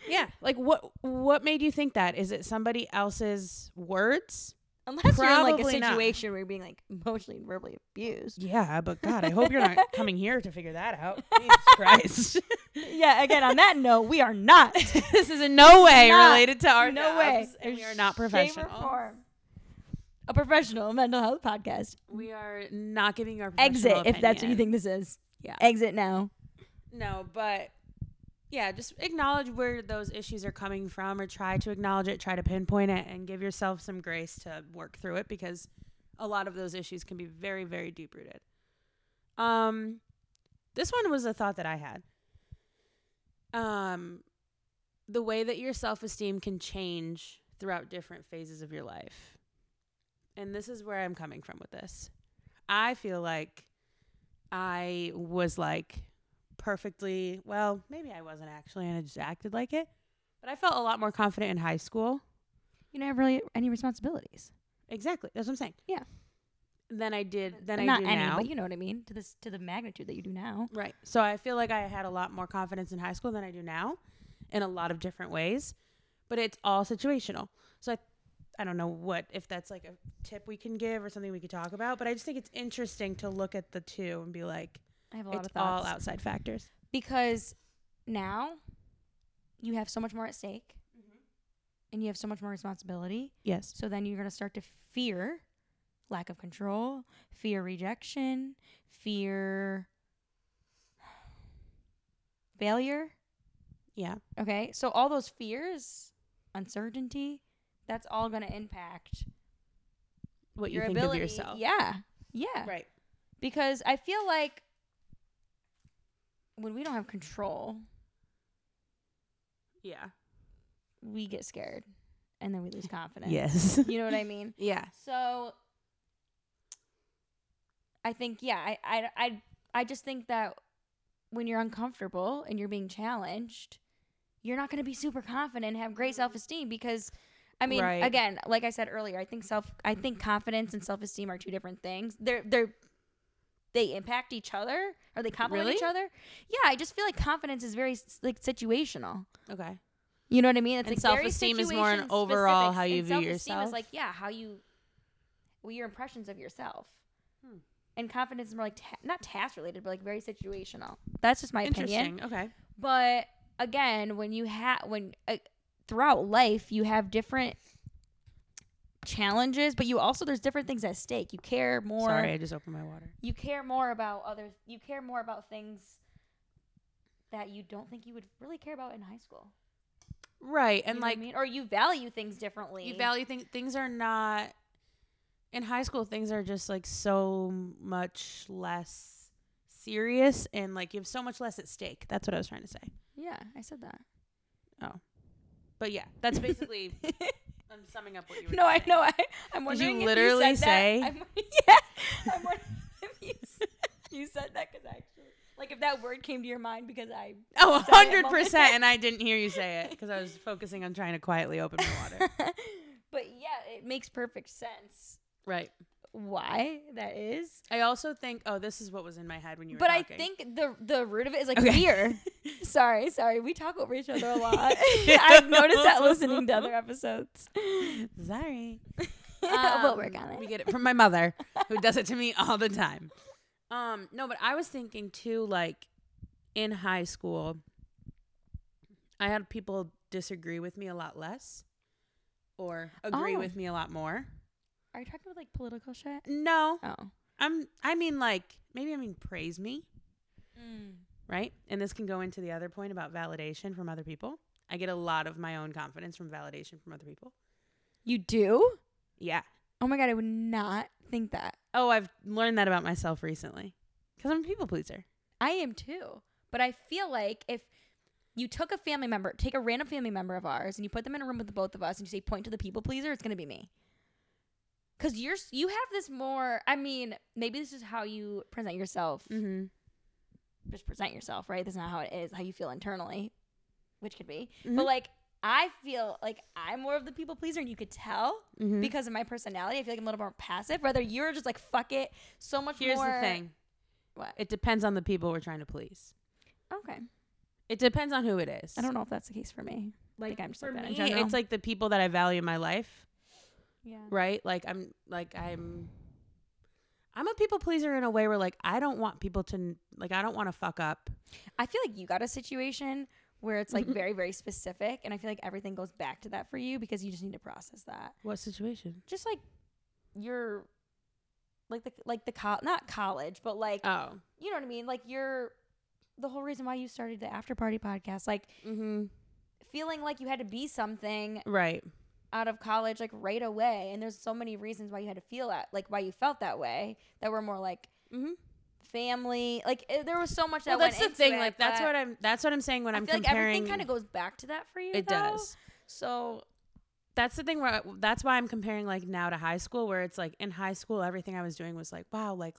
Speaker 1: Yeah. Like what what made you think that? Is it somebody else's words?
Speaker 2: Unless you're in like a
Speaker 1: Probably not.
Speaker 2: situation where you're being like emotionally and verbally abused.
Speaker 1: Yeah, but God, I hope you're not coming here to figure that out. Jesus Christ.
Speaker 2: yeah, again, on that note, we are not.
Speaker 1: this is in no way
Speaker 2: Not-
Speaker 1: related to our
Speaker 2: no way.
Speaker 1: jobs, and we
Speaker 2: In
Speaker 1: are not
Speaker 2: shape or
Speaker 1: professional.
Speaker 2: form. A professional mental health podcast.
Speaker 1: We are not giving our
Speaker 2: Exit
Speaker 1: professional
Speaker 2: if that's what you
Speaker 1: opinion.
Speaker 2: think this is.
Speaker 1: Yeah.
Speaker 2: Exit now.
Speaker 1: No, but yeah, just acknowledge where those issues are coming from, or try to acknowledge it, try to pinpoint it, and give yourself some grace to work through it because a lot of those issues can be very, very deep rooted. Um, this one was a thought that I had. Um, the way that your self esteem can change throughout different phases of your life. And this is where I'm coming from with this. I feel like I was like perfectly, well, maybe I wasn't actually, and I just acted like it. But I felt a lot more confident in high school.
Speaker 2: You don't have really any responsibilities.
Speaker 1: Exactly. That's what I'm saying.
Speaker 2: Yeah.
Speaker 1: Than I did, than I
Speaker 2: not
Speaker 1: do
Speaker 2: any,
Speaker 1: now.
Speaker 2: but you know what I mean. To this, to the magnitude that you do now.
Speaker 1: Right. So I feel like I had a lot more confidence in high school than I do now in a lot of different ways, but it's all situational. So I, I don't know what, if that's like a tip we can give or something we could talk about, but I just think it's interesting to look at the two and be like,
Speaker 2: I have a lot
Speaker 1: it's
Speaker 2: of thoughts
Speaker 1: all outside factors.
Speaker 2: because now you have so much more at stake,
Speaker 1: Mm-hmm.
Speaker 2: and you have so much more responsibility.
Speaker 1: Yes.
Speaker 2: So then you're going to start to fear lack of control, fear rejection, fear failure.
Speaker 1: Yeah.
Speaker 2: Okay. So all those fears, uncertainty, that's all going to impact
Speaker 1: What you
Speaker 2: your
Speaker 1: think
Speaker 2: ability.
Speaker 1: of yourself.
Speaker 2: Yeah. Yeah.
Speaker 1: Right.
Speaker 2: Because I feel like when we don't have control,
Speaker 1: Yeah.
Speaker 2: we get scared and then we lose confidence.
Speaker 1: Yes.
Speaker 2: You know what I mean?
Speaker 1: yeah.
Speaker 2: So I think yeah, I I I I just think that when you're uncomfortable and you're being challenged, you're not going to be super confident and have great self-esteem because I mean,
Speaker 1: Right.
Speaker 2: again, like I said earlier, I think self I think confidence and self-esteem are two different things. They're they're they impact each other or they complement
Speaker 1: Really?
Speaker 2: each other. Yeah, I just feel like confidence is very s- like situational.
Speaker 1: Okay.
Speaker 2: You know what I mean? It's
Speaker 1: And
Speaker 2: like very
Speaker 1: self-esteem is more an
Speaker 2: situation
Speaker 1: overall
Speaker 2: specific,
Speaker 1: how you
Speaker 2: and
Speaker 1: view
Speaker 2: self-esteem
Speaker 1: yourself.
Speaker 2: Is like yeah, how you, well, your impressions of yourself,
Speaker 1: Hmm.
Speaker 2: and confidence is more like ta- not task related, but like very situational. That's just my opinion.
Speaker 1: Interesting. Okay.
Speaker 2: But again, when you have when uh, throughout life you have different challenges, but you also there's different things at stake. You care more
Speaker 1: Sorry, I just opened my water.
Speaker 2: you care more about other you care more about things that you don't think you would really care about in high school
Speaker 1: Right.
Speaker 2: You know what I mean? or you value things differently
Speaker 1: you value things things are not in high school things are just like so much less serious and like you have so much less at stake that's what i was trying to say
Speaker 2: yeah i said that
Speaker 1: but yeah that's basically i'm summing up what you were
Speaker 2: no i
Speaker 1: saying.
Speaker 2: know i i'm
Speaker 1: Did you
Speaker 2: wondering
Speaker 1: literally
Speaker 2: if you said
Speaker 1: say-
Speaker 2: that. I'm, yeah i'm wondering if you, s- you said that because actually like if that word came to your mind because i
Speaker 1: oh
Speaker 2: Sorry, I'm
Speaker 1: 100 percent and i didn't hear you say it because i was focusing on trying to quietly open my water
Speaker 2: but yeah it makes perfect sense
Speaker 1: right
Speaker 2: why that is
Speaker 1: i also think oh this is what was in my head when you were
Speaker 2: but
Speaker 1: talking.
Speaker 2: I think the the root of it is like
Speaker 1: Okay.
Speaker 2: fear. sorry, sorry. We talk over each other a lot. I've noticed that listening to other episodes.
Speaker 1: sorry
Speaker 2: we'll
Speaker 1: Um,
Speaker 2: work on
Speaker 1: We
Speaker 2: it.
Speaker 1: get it from my mother, who does it to me all the time. Um, no, but I was thinking too, like in high school, I had people disagree with me a lot less or agree
Speaker 2: Oh.
Speaker 1: with me a lot more.
Speaker 2: Are you talking about like political shit?
Speaker 1: No,
Speaker 2: Oh.
Speaker 1: I'm I mean like maybe I mean praise me, Mm. right? And this can go into the other point about validation from other people. I get a lot of my own confidence from validation from other people.
Speaker 2: You do?
Speaker 1: Yeah.
Speaker 2: Oh my god, I would not think that.
Speaker 1: Oh, I've learned that about myself recently cuz I'm a people pleaser.
Speaker 2: I am too. But I feel like if you took a family member, take a random family member of ours, and you put them in a room with the both of us, and you say, point to the people pleaser, it's gonna be me. Cause you're s- you have this more. I mean, maybe this is how you present yourself.
Speaker 1: Mhm.
Speaker 2: Just present yourself, right? That's not how it is. How you feel internally, which could be.
Speaker 1: Mhm.
Speaker 2: But like, I feel like I'm more of the people pleaser, and you could tell
Speaker 1: Mhm.
Speaker 2: because of my personality. I feel like I'm a little more passive. Whether you're just like fuck it, so much
Speaker 1: Here's
Speaker 2: more.
Speaker 1: the thing.
Speaker 2: What?
Speaker 1: It depends on the people we're trying to please.
Speaker 2: Okay.
Speaker 1: It depends on who it is.
Speaker 2: I don't know if that's the case for me. Like, I'm just
Speaker 1: for
Speaker 2: like that in
Speaker 1: me,
Speaker 2: general.
Speaker 1: it's like the people that I value in my life,
Speaker 2: Yeah.
Speaker 1: right? Like I'm like I'm I'm a people pleaser in a way where like I don't want people to n- like I don't want to fuck up.
Speaker 2: I feel like you got a situation where it's like very, very specific. And I feel like everything goes back to that for you because you just need to process that.
Speaker 1: What situation?
Speaker 2: Just like your, like the, like the, col not college, but like,
Speaker 1: Oh.
Speaker 2: you know what I mean? Like your, the whole reason why you started the after party podcast, like
Speaker 1: Mhm.
Speaker 2: feeling like you had to be something
Speaker 1: Right.
Speaker 2: out of college like right away. And there's so many reasons why you had to feel that, like why you felt that way that were more like
Speaker 1: Mhm.
Speaker 2: family. Like it, there was so much that
Speaker 1: Well, that's
Speaker 2: went
Speaker 1: the
Speaker 2: into
Speaker 1: thing.
Speaker 2: it,
Speaker 1: Like that's
Speaker 2: but-
Speaker 1: what I'm. That's what I'm saying when
Speaker 2: I
Speaker 1: am
Speaker 2: feel like
Speaker 1: comparing.
Speaker 2: everything kind of goes back to that for you.
Speaker 1: it
Speaker 2: though.
Speaker 1: does.
Speaker 2: So
Speaker 1: That's the thing where I- that's why I'm comparing like now to high school, where it's like in high school everything I was doing was like wow, like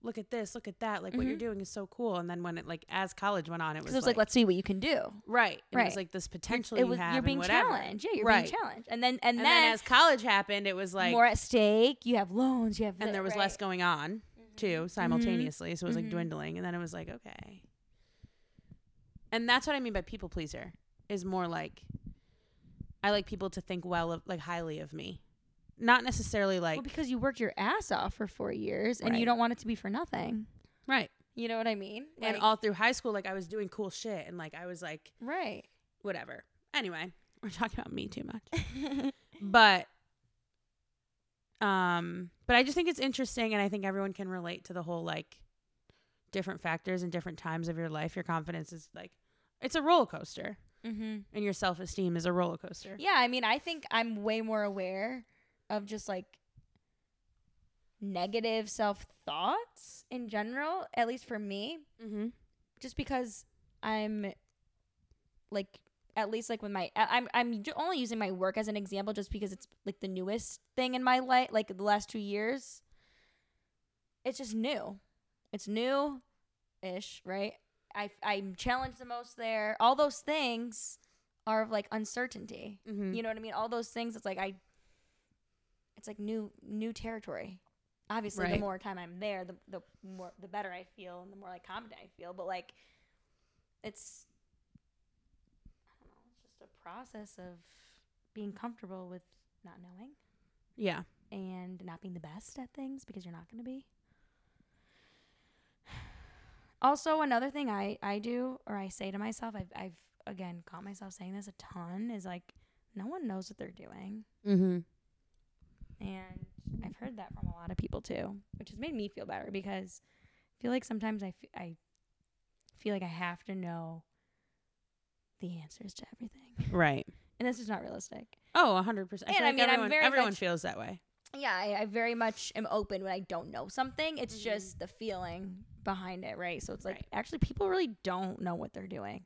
Speaker 1: look at this, look at that, like what you're
Speaker 2: Mhm.
Speaker 1: doing is so cool. And then when it like as college went on, it was,
Speaker 2: because it was like, let's see what you can do.
Speaker 1: Right. And It was
Speaker 2: Right.
Speaker 1: like this potential
Speaker 2: It
Speaker 1: you
Speaker 2: was
Speaker 1: have.
Speaker 2: you're
Speaker 1: and
Speaker 2: being
Speaker 1: whatever.
Speaker 2: challenged. Yeah, you're
Speaker 1: right.
Speaker 2: being challenged. And then
Speaker 1: And,
Speaker 2: and, then,
Speaker 1: then, as college happened, it was like,
Speaker 2: more at stake. You have loans. You have
Speaker 1: and
Speaker 2: the-
Speaker 1: there was
Speaker 2: right. Mm-hmm.
Speaker 1: less going on too simultaneously. So it was like
Speaker 2: Mhm.
Speaker 1: dwindling. And then it was like, okay. And that's what I mean by people pleaser is more like, I like people to think well of, like highly of me. Not necessarily like,
Speaker 2: well, because you worked your ass off for four years and
Speaker 1: Right.
Speaker 2: you don't want it to be for nothing.
Speaker 1: right.
Speaker 2: You know what I mean?
Speaker 1: and
Speaker 2: Like-
Speaker 1: all through high school, like I was doing cool shit and like I was like,
Speaker 2: right.
Speaker 1: whatever. Anyway, we're talking about me too much. but um but i just think it's interesting and i think everyone can relate to the whole like different factors and different times of your life your confidence is like it's a roller coaster
Speaker 2: mm-hmm.
Speaker 1: and your self-esteem is a roller coaster
Speaker 2: Yeah, I mean, I think I'm way more aware of just like negative self thoughts in general, at least for me,
Speaker 1: mm-hmm.
Speaker 2: just because I'm like at least like with my I- I'm I'm ju- only using my work as an example just because it's like the newest thing in my life like the last 2 years it's just new it's new ish right I I'm challenged the most there all those things are of like uncertainty
Speaker 1: Mm-hmm.
Speaker 2: you know what I mean all those things it's like I it's like new new territory obviously the
Speaker 1: Right.
Speaker 2: more time I'm there the the more the better I feel and the more like confident I feel but like it's I don't know it's just a process of being comfortable with not knowing
Speaker 1: yeah
Speaker 2: and not being the best at things because you're not going to be. Also, another thing I, I do or I say to myself, I've, I've again caught myself saying this a ton, is like, no one knows what they're doing.
Speaker 1: mm-hmm.
Speaker 2: And I've heard that from a lot of people too, which has made me feel better because I feel like sometimes I fe- I feel like I have to know the answers to everything.
Speaker 1: right
Speaker 2: And this is not realistic.
Speaker 1: oh 100% I,
Speaker 2: And
Speaker 1: feel
Speaker 2: I
Speaker 1: like
Speaker 2: mean, I'm
Speaker 1: everyone,
Speaker 2: very
Speaker 1: everyone
Speaker 2: much-
Speaker 1: feels that way
Speaker 2: yeah, I, I very much am open when I don't know something. It's
Speaker 1: Mhm.
Speaker 2: just the feeling behind it, right? So it's like
Speaker 1: Right.
Speaker 2: actually people really don't know what they're doing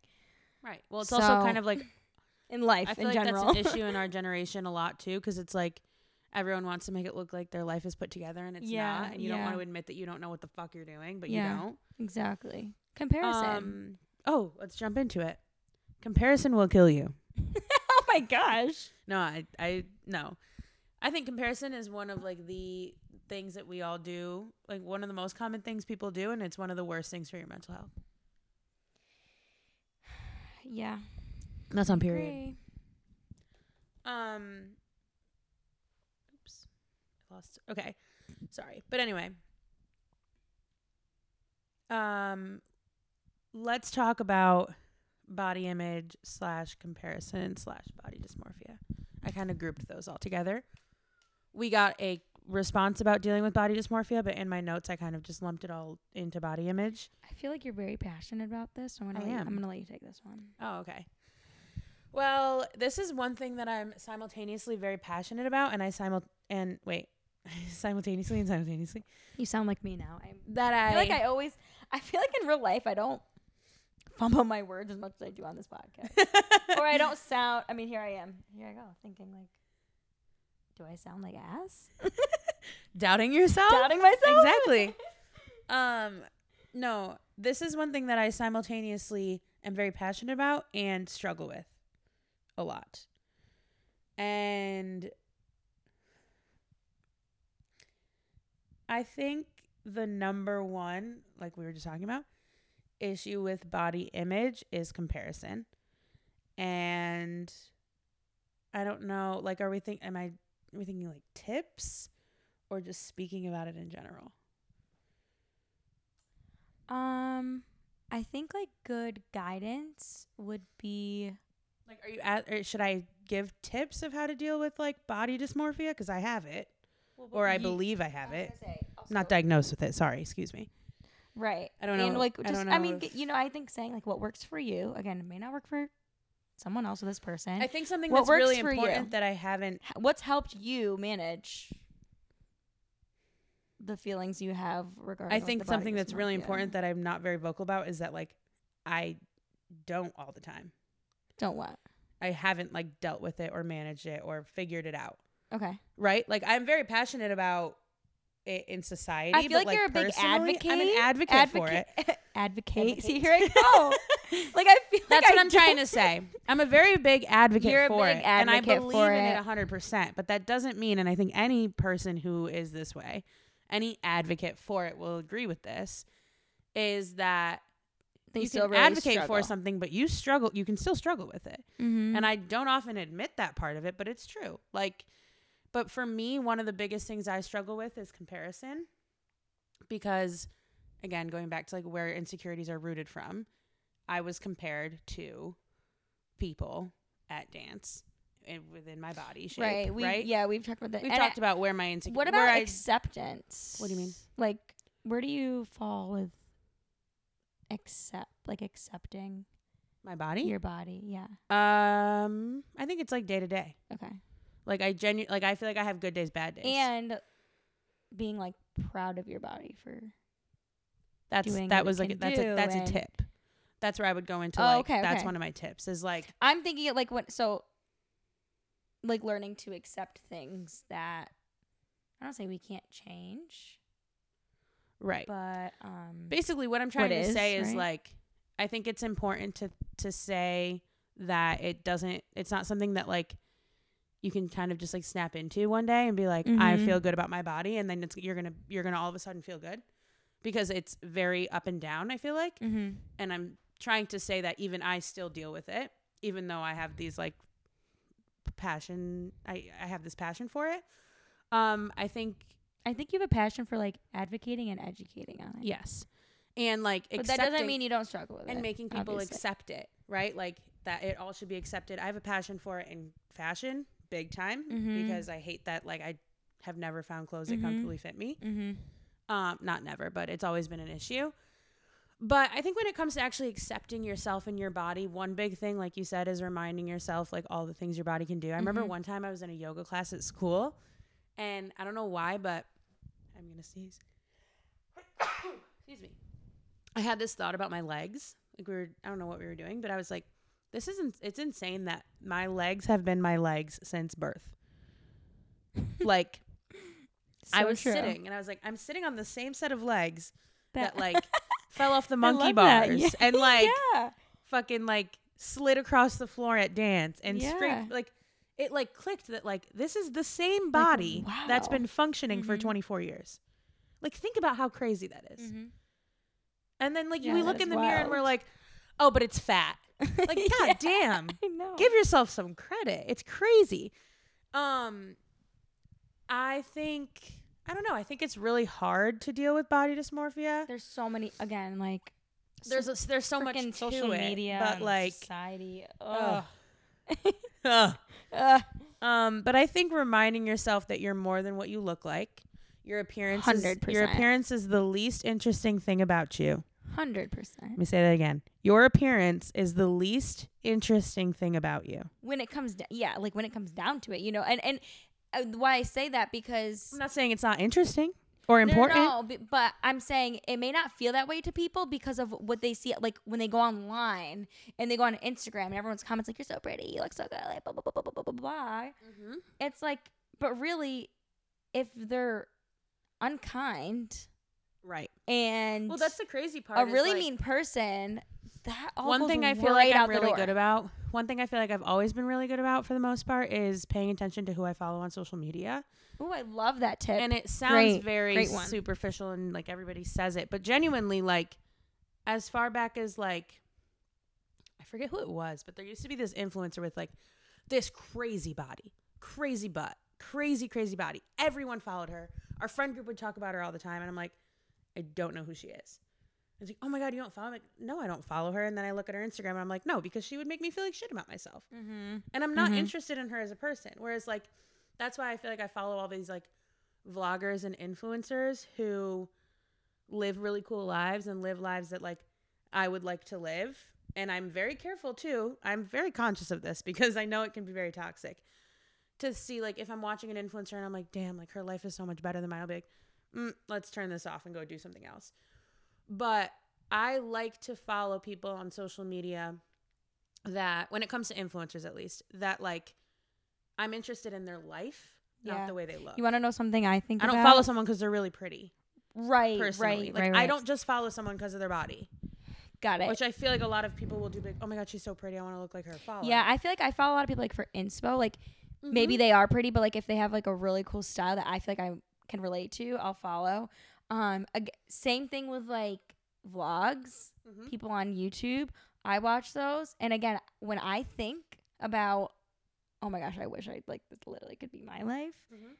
Speaker 1: right well it's also kind
Speaker 2: So-
Speaker 1: of like
Speaker 2: in life
Speaker 1: i feel
Speaker 2: in
Speaker 1: like
Speaker 2: general.
Speaker 1: that's an issue in our generation a lot too because it's like everyone wants to make it look like their life is put together and it's
Speaker 2: Yeah,
Speaker 1: not and you don't
Speaker 2: yeah.
Speaker 1: want to admit that you don't know what the fuck you're doing but
Speaker 2: Yeah.
Speaker 1: you don't
Speaker 2: exactly. Comparison.
Speaker 1: Um, oh, let's jump into it. Comparison will kill you.
Speaker 2: oh my gosh.
Speaker 1: No, I, I, no. I think comparison is one of like the things that we all do, like one of the most common things people do, and it's one of the worst things for your mental health.
Speaker 2: Yeah.
Speaker 1: That's on
Speaker 2: Agree.
Speaker 1: Um, oops, I lost. Okay, sorry. But anyway, um, let's talk about body image slash comparison slash body dysmorphia. I kind of grouped those all together. We got a response about dealing with body dysmorphia, but in my notes, I kind of just lumped it all into body image.
Speaker 2: I feel like you're very passionate about this. So I'm gonna
Speaker 1: I
Speaker 2: let you-
Speaker 1: am.
Speaker 2: I'm gonna let you take this one.
Speaker 1: Oh, okay. Well, this is one thing that I'm simultaneously very passionate about, and I simul and wait, simultaneously and simultaneously
Speaker 2: You sound like me now. I'm
Speaker 1: that I,
Speaker 2: I feel like I always. I feel like in real life I don't fumble my words as much as I do on this podcast, or I don't sound. I mean, here I am. Here I go thinking like, do I sound like ass?
Speaker 1: doubting yourself,
Speaker 2: Doubting myself.
Speaker 1: exactly. um, no, this is one thing that I simultaneously am very passionate about and struggle with a lot, and I think the number one, like we were just talking about, issue with body image is comparison. And I don't know, like are we think am I are we thinking like tips or just speaking about it in general?
Speaker 2: Um, I think like good guidance would be.
Speaker 1: Like are you at or should I give tips of how to deal with like body dysmorphia cuz I have it or I believe I have it. Not diagnosed with it. Sorry, excuse me.
Speaker 2: Right.
Speaker 1: I don't
Speaker 2: and
Speaker 1: know-
Speaker 2: Like,
Speaker 1: I
Speaker 2: just, I,
Speaker 1: don't know
Speaker 2: mean,
Speaker 1: if-
Speaker 2: you know, I think saying like what works for you again it may not work for someone else or this person.
Speaker 1: I think something
Speaker 2: What
Speaker 1: that's really
Speaker 2: works for you?
Speaker 1: important that I haven't
Speaker 2: h- what's helped you manage the feelings you have regarding
Speaker 1: I think something that's really important that I'm not very vocal about is that like I don't all the time.
Speaker 2: don't what
Speaker 1: I haven't like dealt with it or managed it or figured it out.
Speaker 2: okay
Speaker 1: Right? Like I'm very passionate about it in society.
Speaker 2: i feel
Speaker 1: but,
Speaker 2: like, you're a big
Speaker 1: personally,
Speaker 2: advocate
Speaker 1: I'm an advocate, for it.
Speaker 2: advocate. see
Speaker 3: Advocate.
Speaker 2: here i go like i feel
Speaker 1: That's
Speaker 2: like
Speaker 1: what
Speaker 2: I
Speaker 1: I'm trying to say. I'm a very big advocate
Speaker 2: You're a
Speaker 1: for
Speaker 2: big
Speaker 1: it, and I
Speaker 2: advocate
Speaker 1: believe
Speaker 2: for
Speaker 1: in
Speaker 2: it.
Speaker 1: it 100. percent But that doesn't mean, and I think any person who is this way, any advocate for it will agree with this, is that
Speaker 2: do.
Speaker 1: you,
Speaker 2: still
Speaker 1: can
Speaker 2: really
Speaker 1: advocate for
Speaker 2: struggle.
Speaker 1: something, but you struggle. You can still struggle with it.
Speaker 2: Mhm.
Speaker 1: And I don't often admit that part of it, but it's true. Like, but for me, one of the biggest things I struggle with is comparison because, again, going back to like where insecurities are rooted from, I was compared to people at dance and within my body shape.
Speaker 2: right
Speaker 1: Right.
Speaker 2: we yeah we've talked about that
Speaker 1: We've
Speaker 2: And
Speaker 1: talked
Speaker 2: I-
Speaker 1: about where my insecurities
Speaker 2: what about
Speaker 1: where I,
Speaker 2: acceptance
Speaker 1: What do you mean?
Speaker 2: like where do you fall with accept like accepting
Speaker 1: my body?
Speaker 2: your body yeah
Speaker 1: Um, I think it's like day to day.
Speaker 2: okay
Speaker 1: Like I genu like I feel like I have good days, bad days.
Speaker 2: and being like proud of your body for
Speaker 1: that's
Speaker 2: doing
Speaker 1: that
Speaker 2: what
Speaker 1: was
Speaker 2: you
Speaker 1: like a-
Speaker 2: can
Speaker 1: that's
Speaker 2: do
Speaker 1: a that's
Speaker 2: and-
Speaker 1: a tip. That's where I would go into
Speaker 2: Oh,
Speaker 1: like
Speaker 2: okay,
Speaker 1: that's
Speaker 2: okay.
Speaker 1: one of my tips is like
Speaker 2: i'm thinking it like what so like learning to accept things that i don't say we can't change
Speaker 1: right.
Speaker 2: but um
Speaker 1: Basically what I'm trying to
Speaker 2: is,
Speaker 1: say is
Speaker 2: right?
Speaker 1: like I think it's important to to say that it doesn't it's not something that like you can kind of just like snap into one day and be like I
Speaker 2: Mhm.
Speaker 1: feel good about my body and then it's you're going to you're going to all of a sudden feel good because it's very up and down I feel like
Speaker 2: mm-hmm.
Speaker 1: and I'm trying to say that even I still deal with it, even though I have these like passion. I I have this passion for it. Um, I think
Speaker 2: i think you have a passion for like advocating and educating on it
Speaker 1: yes, and like
Speaker 2: but
Speaker 1: accepting
Speaker 2: that doesn't mean you don't struggle with it
Speaker 1: and making people
Speaker 2: obviously.
Speaker 1: accept it, right? Like that it all should be accepted. I have a passion for it in fashion, big time,
Speaker 2: Mhm.
Speaker 1: because I hate that. Like I have never found clothes
Speaker 2: Mhm.
Speaker 1: that comfortably fit me.
Speaker 2: mm-hmm.
Speaker 1: um not never but it's always been an issue but i think when it comes to actually accepting yourself and your body one big thing like you said is reminding yourself like all the things your body can do i remember
Speaker 2: Mhm.
Speaker 1: one time i was in a yoga class at school and i don't know why but i'm gonna sneeze excuse me i had this thought about my legs like we were i don't know what we were doing but i was like this isn't it's insane that my legs have been my legs since birth like I was sitting and I was like, I'm sitting on the same set of legs that, like fell off the monkey
Speaker 2: love that.
Speaker 1: bars
Speaker 2: Yeah.
Speaker 1: and like
Speaker 2: yeah
Speaker 1: fucking like slid across the floor at dance and
Speaker 2: Yeah.
Speaker 1: scraped like it like clicked that like this is the same body that's
Speaker 2: wow.
Speaker 1: been functioning for
Speaker 2: Mhm.
Speaker 1: 24 years. Like think about how crazy that is. And then like
Speaker 2: Mm-hmm. Yeah,
Speaker 1: we
Speaker 2: that
Speaker 1: look
Speaker 2: is
Speaker 1: in the mirror and we're
Speaker 2: wild.
Speaker 1: like, "Oh, but it's fat." Like god
Speaker 2: Yeah.
Speaker 1: damn
Speaker 2: i know
Speaker 1: give yourself some credit it's crazy um i think i don't know i think it's really hard to deal with body dysmorphia
Speaker 2: there's so many again like
Speaker 1: There's a, there's so much
Speaker 2: Frickin'
Speaker 1: to
Speaker 2: social
Speaker 1: it,
Speaker 2: media,
Speaker 1: but
Speaker 2: and
Speaker 1: like,
Speaker 2: society. Ugh.
Speaker 1: ugh.
Speaker 2: Ugh.
Speaker 1: Um, but I think reminding yourself that you're more than what you look like. Your appearance is, your
Speaker 2: 100%.
Speaker 1: appearance is the least interesting thing about you.
Speaker 2: Hundred percent.
Speaker 1: Let me say that again. Your appearance is the least interesting thing about you.
Speaker 2: When it comes, da- yeah, like when it comes down to it, you know, and and uh, why I say that because
Speaker 1: I'm not saying it's not interesting or
Speaker 2: No,
Speaker 1: important.
Speaker 2: No, no, b- but I'm saying it may not feel that way to people because of what they see. Like when they go online and they go on Instagram and everyone's comments like, "You're so pretty, you look so good," like blah blah blah blah blah blah blah. blah.
Speaker 1: Mm-hmm.
Speaker 2: It's like, but really, if they're unkind
Speaker 1: Right.
Speaker 2: and
Speaker 1: Well, that's the crazy part.
Speaker 2: a
Speaker 1: is,
Speaker 2: really
Speaker 1: like,
Speaker 2: mean person, that all
Speaker 1: one
Speaker 2: goes
Speaker 1: thing I feel
Speaker 2: right
Speaker 1: like
Speaker 2: out
Speaker 1: I'm
Speaker 2: the
Speaker 1: really
Speaker 2: door.
Speaker 1: good about. One thing I feel like I've always been really good about for the most part is paying attention to who I follow on social media.
Speaker 2: Ooh, I love that tip.
Speaker 1: And it sounds
Speaker 2: Great,
Speaker 1: very
Speaker 2: great one.
Speaker 1: superficial and like everybody says it, but genuinely, like as far back as like I forget who it was, but there used to be this influencer with like this crazy body, crazy butt, crazy, crazy body. Everyone followed her. Our friend group would talk about her all the time, and I'm like, I don't know who she is. I was like, oh my God, you don't follow me? No, I don't follow her. And then I look at her Instagram and I'm like, no, because she would make me feel like shit about myself
Speaker 2: mm-hmm.
Speaker 1: and I'm not
Speaker 2: Mhm.
Speaker 1: interested in her as a person. Whereas like that's why I feel like I follow all these like vloggers and influencers who live really cool lives and live lives that like I would like to live. And I'm very careful too. I'm very conscious of this because I know it can be very toxic to see like if I'm watching an influencer and I'm like, damn, like her life is so much better than mine. I'll be like, mm, let's turn this off and go do something else. But I like to follow people on social media that, when it comes to influencers at least, that like I'm interested in their life,
Speaker 2: Yeah.
Speaker 1: not the way they look.
Speaker 2: You want to know something I think
Speaker 1: I don't
Speaker 2: about?
Speaker 1: follow someone because they're really pretty.
Speaker 2: Right,
Speaker 1: Personally,
Speaker 2: right,
Speaker 1: like
Speaker 2: right,
Speaker 1: I
Speaker 2: right.
Speaker 1: don't just follow someone because of their body,
Speaker 2: got it.
Speaker 1: which I feel like a lot of people will do. Like, oh my god, she's so pretty. I want to look like her. Follow.
Speaker 2: Yeah, I feel like I follow a lot of people like for inspo. Like maybe
Speaker 1: Mm-hmm.
Speaker 2: they are pretty, but like if they have like a really cool style that I feel like I can relate to, I'll follow. Um, ag- same thing with like vlogs.
Speaker 1: Mhm.
Speaker 2: People on YouTube, I watch those, and again, when I think about, oh my gosh, I wish I like this literally could be my life.
Speaker 1: Mhm.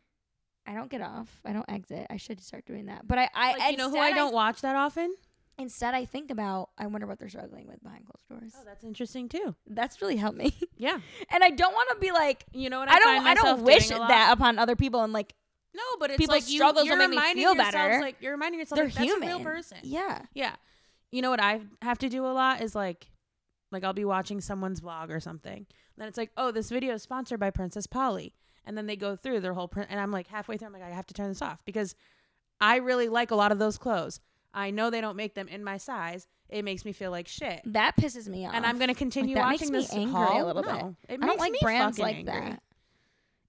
Speaker 2: I don't get off. I don't exit. I should start doing that. But I, I
Speaker 1: Like, you know who
Speaker 2: instead
Speaker 1: I don't watch that often?
Speaker 2: Instead, I think about. I wonder what they're struggling with behind closed doors.
Speaker 1: Oh, that's interesting too.
Speaker 2: That's really helped me.
Speaker 1: Yeah.
Speaker 2: and I don't want to be like
Speaker 1: You know what? I,
Speaker 2: I don't.
Speaker 1: find
Speaker 2: I don't
Speaker 1: myself
Speaker 2: wish
Speaker 1: doing a lot?
Speaker 2: that upon other people, and like,
Speaker 1: No, but it's
Speaker 2: people's
Speaker 1: like you,
Speaker 2: struggles will
Speaker 1: you're
Speaker 2: make me
Speaker 1: reminding
Speaker 2: feel
Speaker 1: yourself,
Speaker 2: better.
Speaker 1: Like you're reminding yourself
Speaker 2: They're
Speaker 1: like, that's a real
Speaker 2: human.
Speaker 1: person.
Speaker 2: yeah,
Speaker 1: Yeah. You know what I have to do a lot is like like I'll be watching someone's vlog or something. Then it's like, "Oh, this video is sponsored by Princess Polly." And then they go through their whole print and I'm like halfway through I'm like I have to turn this off because I really like a lot of those clothes. I know they don't make them in my size. It makes me feel like shit.
Speaker 2: that pisses me off.
Speaker 1: And I'm going to continue
Speaker 2: that makes
Speaker 1: watching
Speaker 2: me
Speaker 1: this
Speaker 2: angry a
Speaker 1: haul.
Speaker 2: little bit.
Speaker 1: No, It
Speaker 2: I don't
Speaker 1: makes
Speaker 2: like
Speaker 1: me
Speaker 2: brands like
Speaker 1: fucking angry.
Speaker 2: that.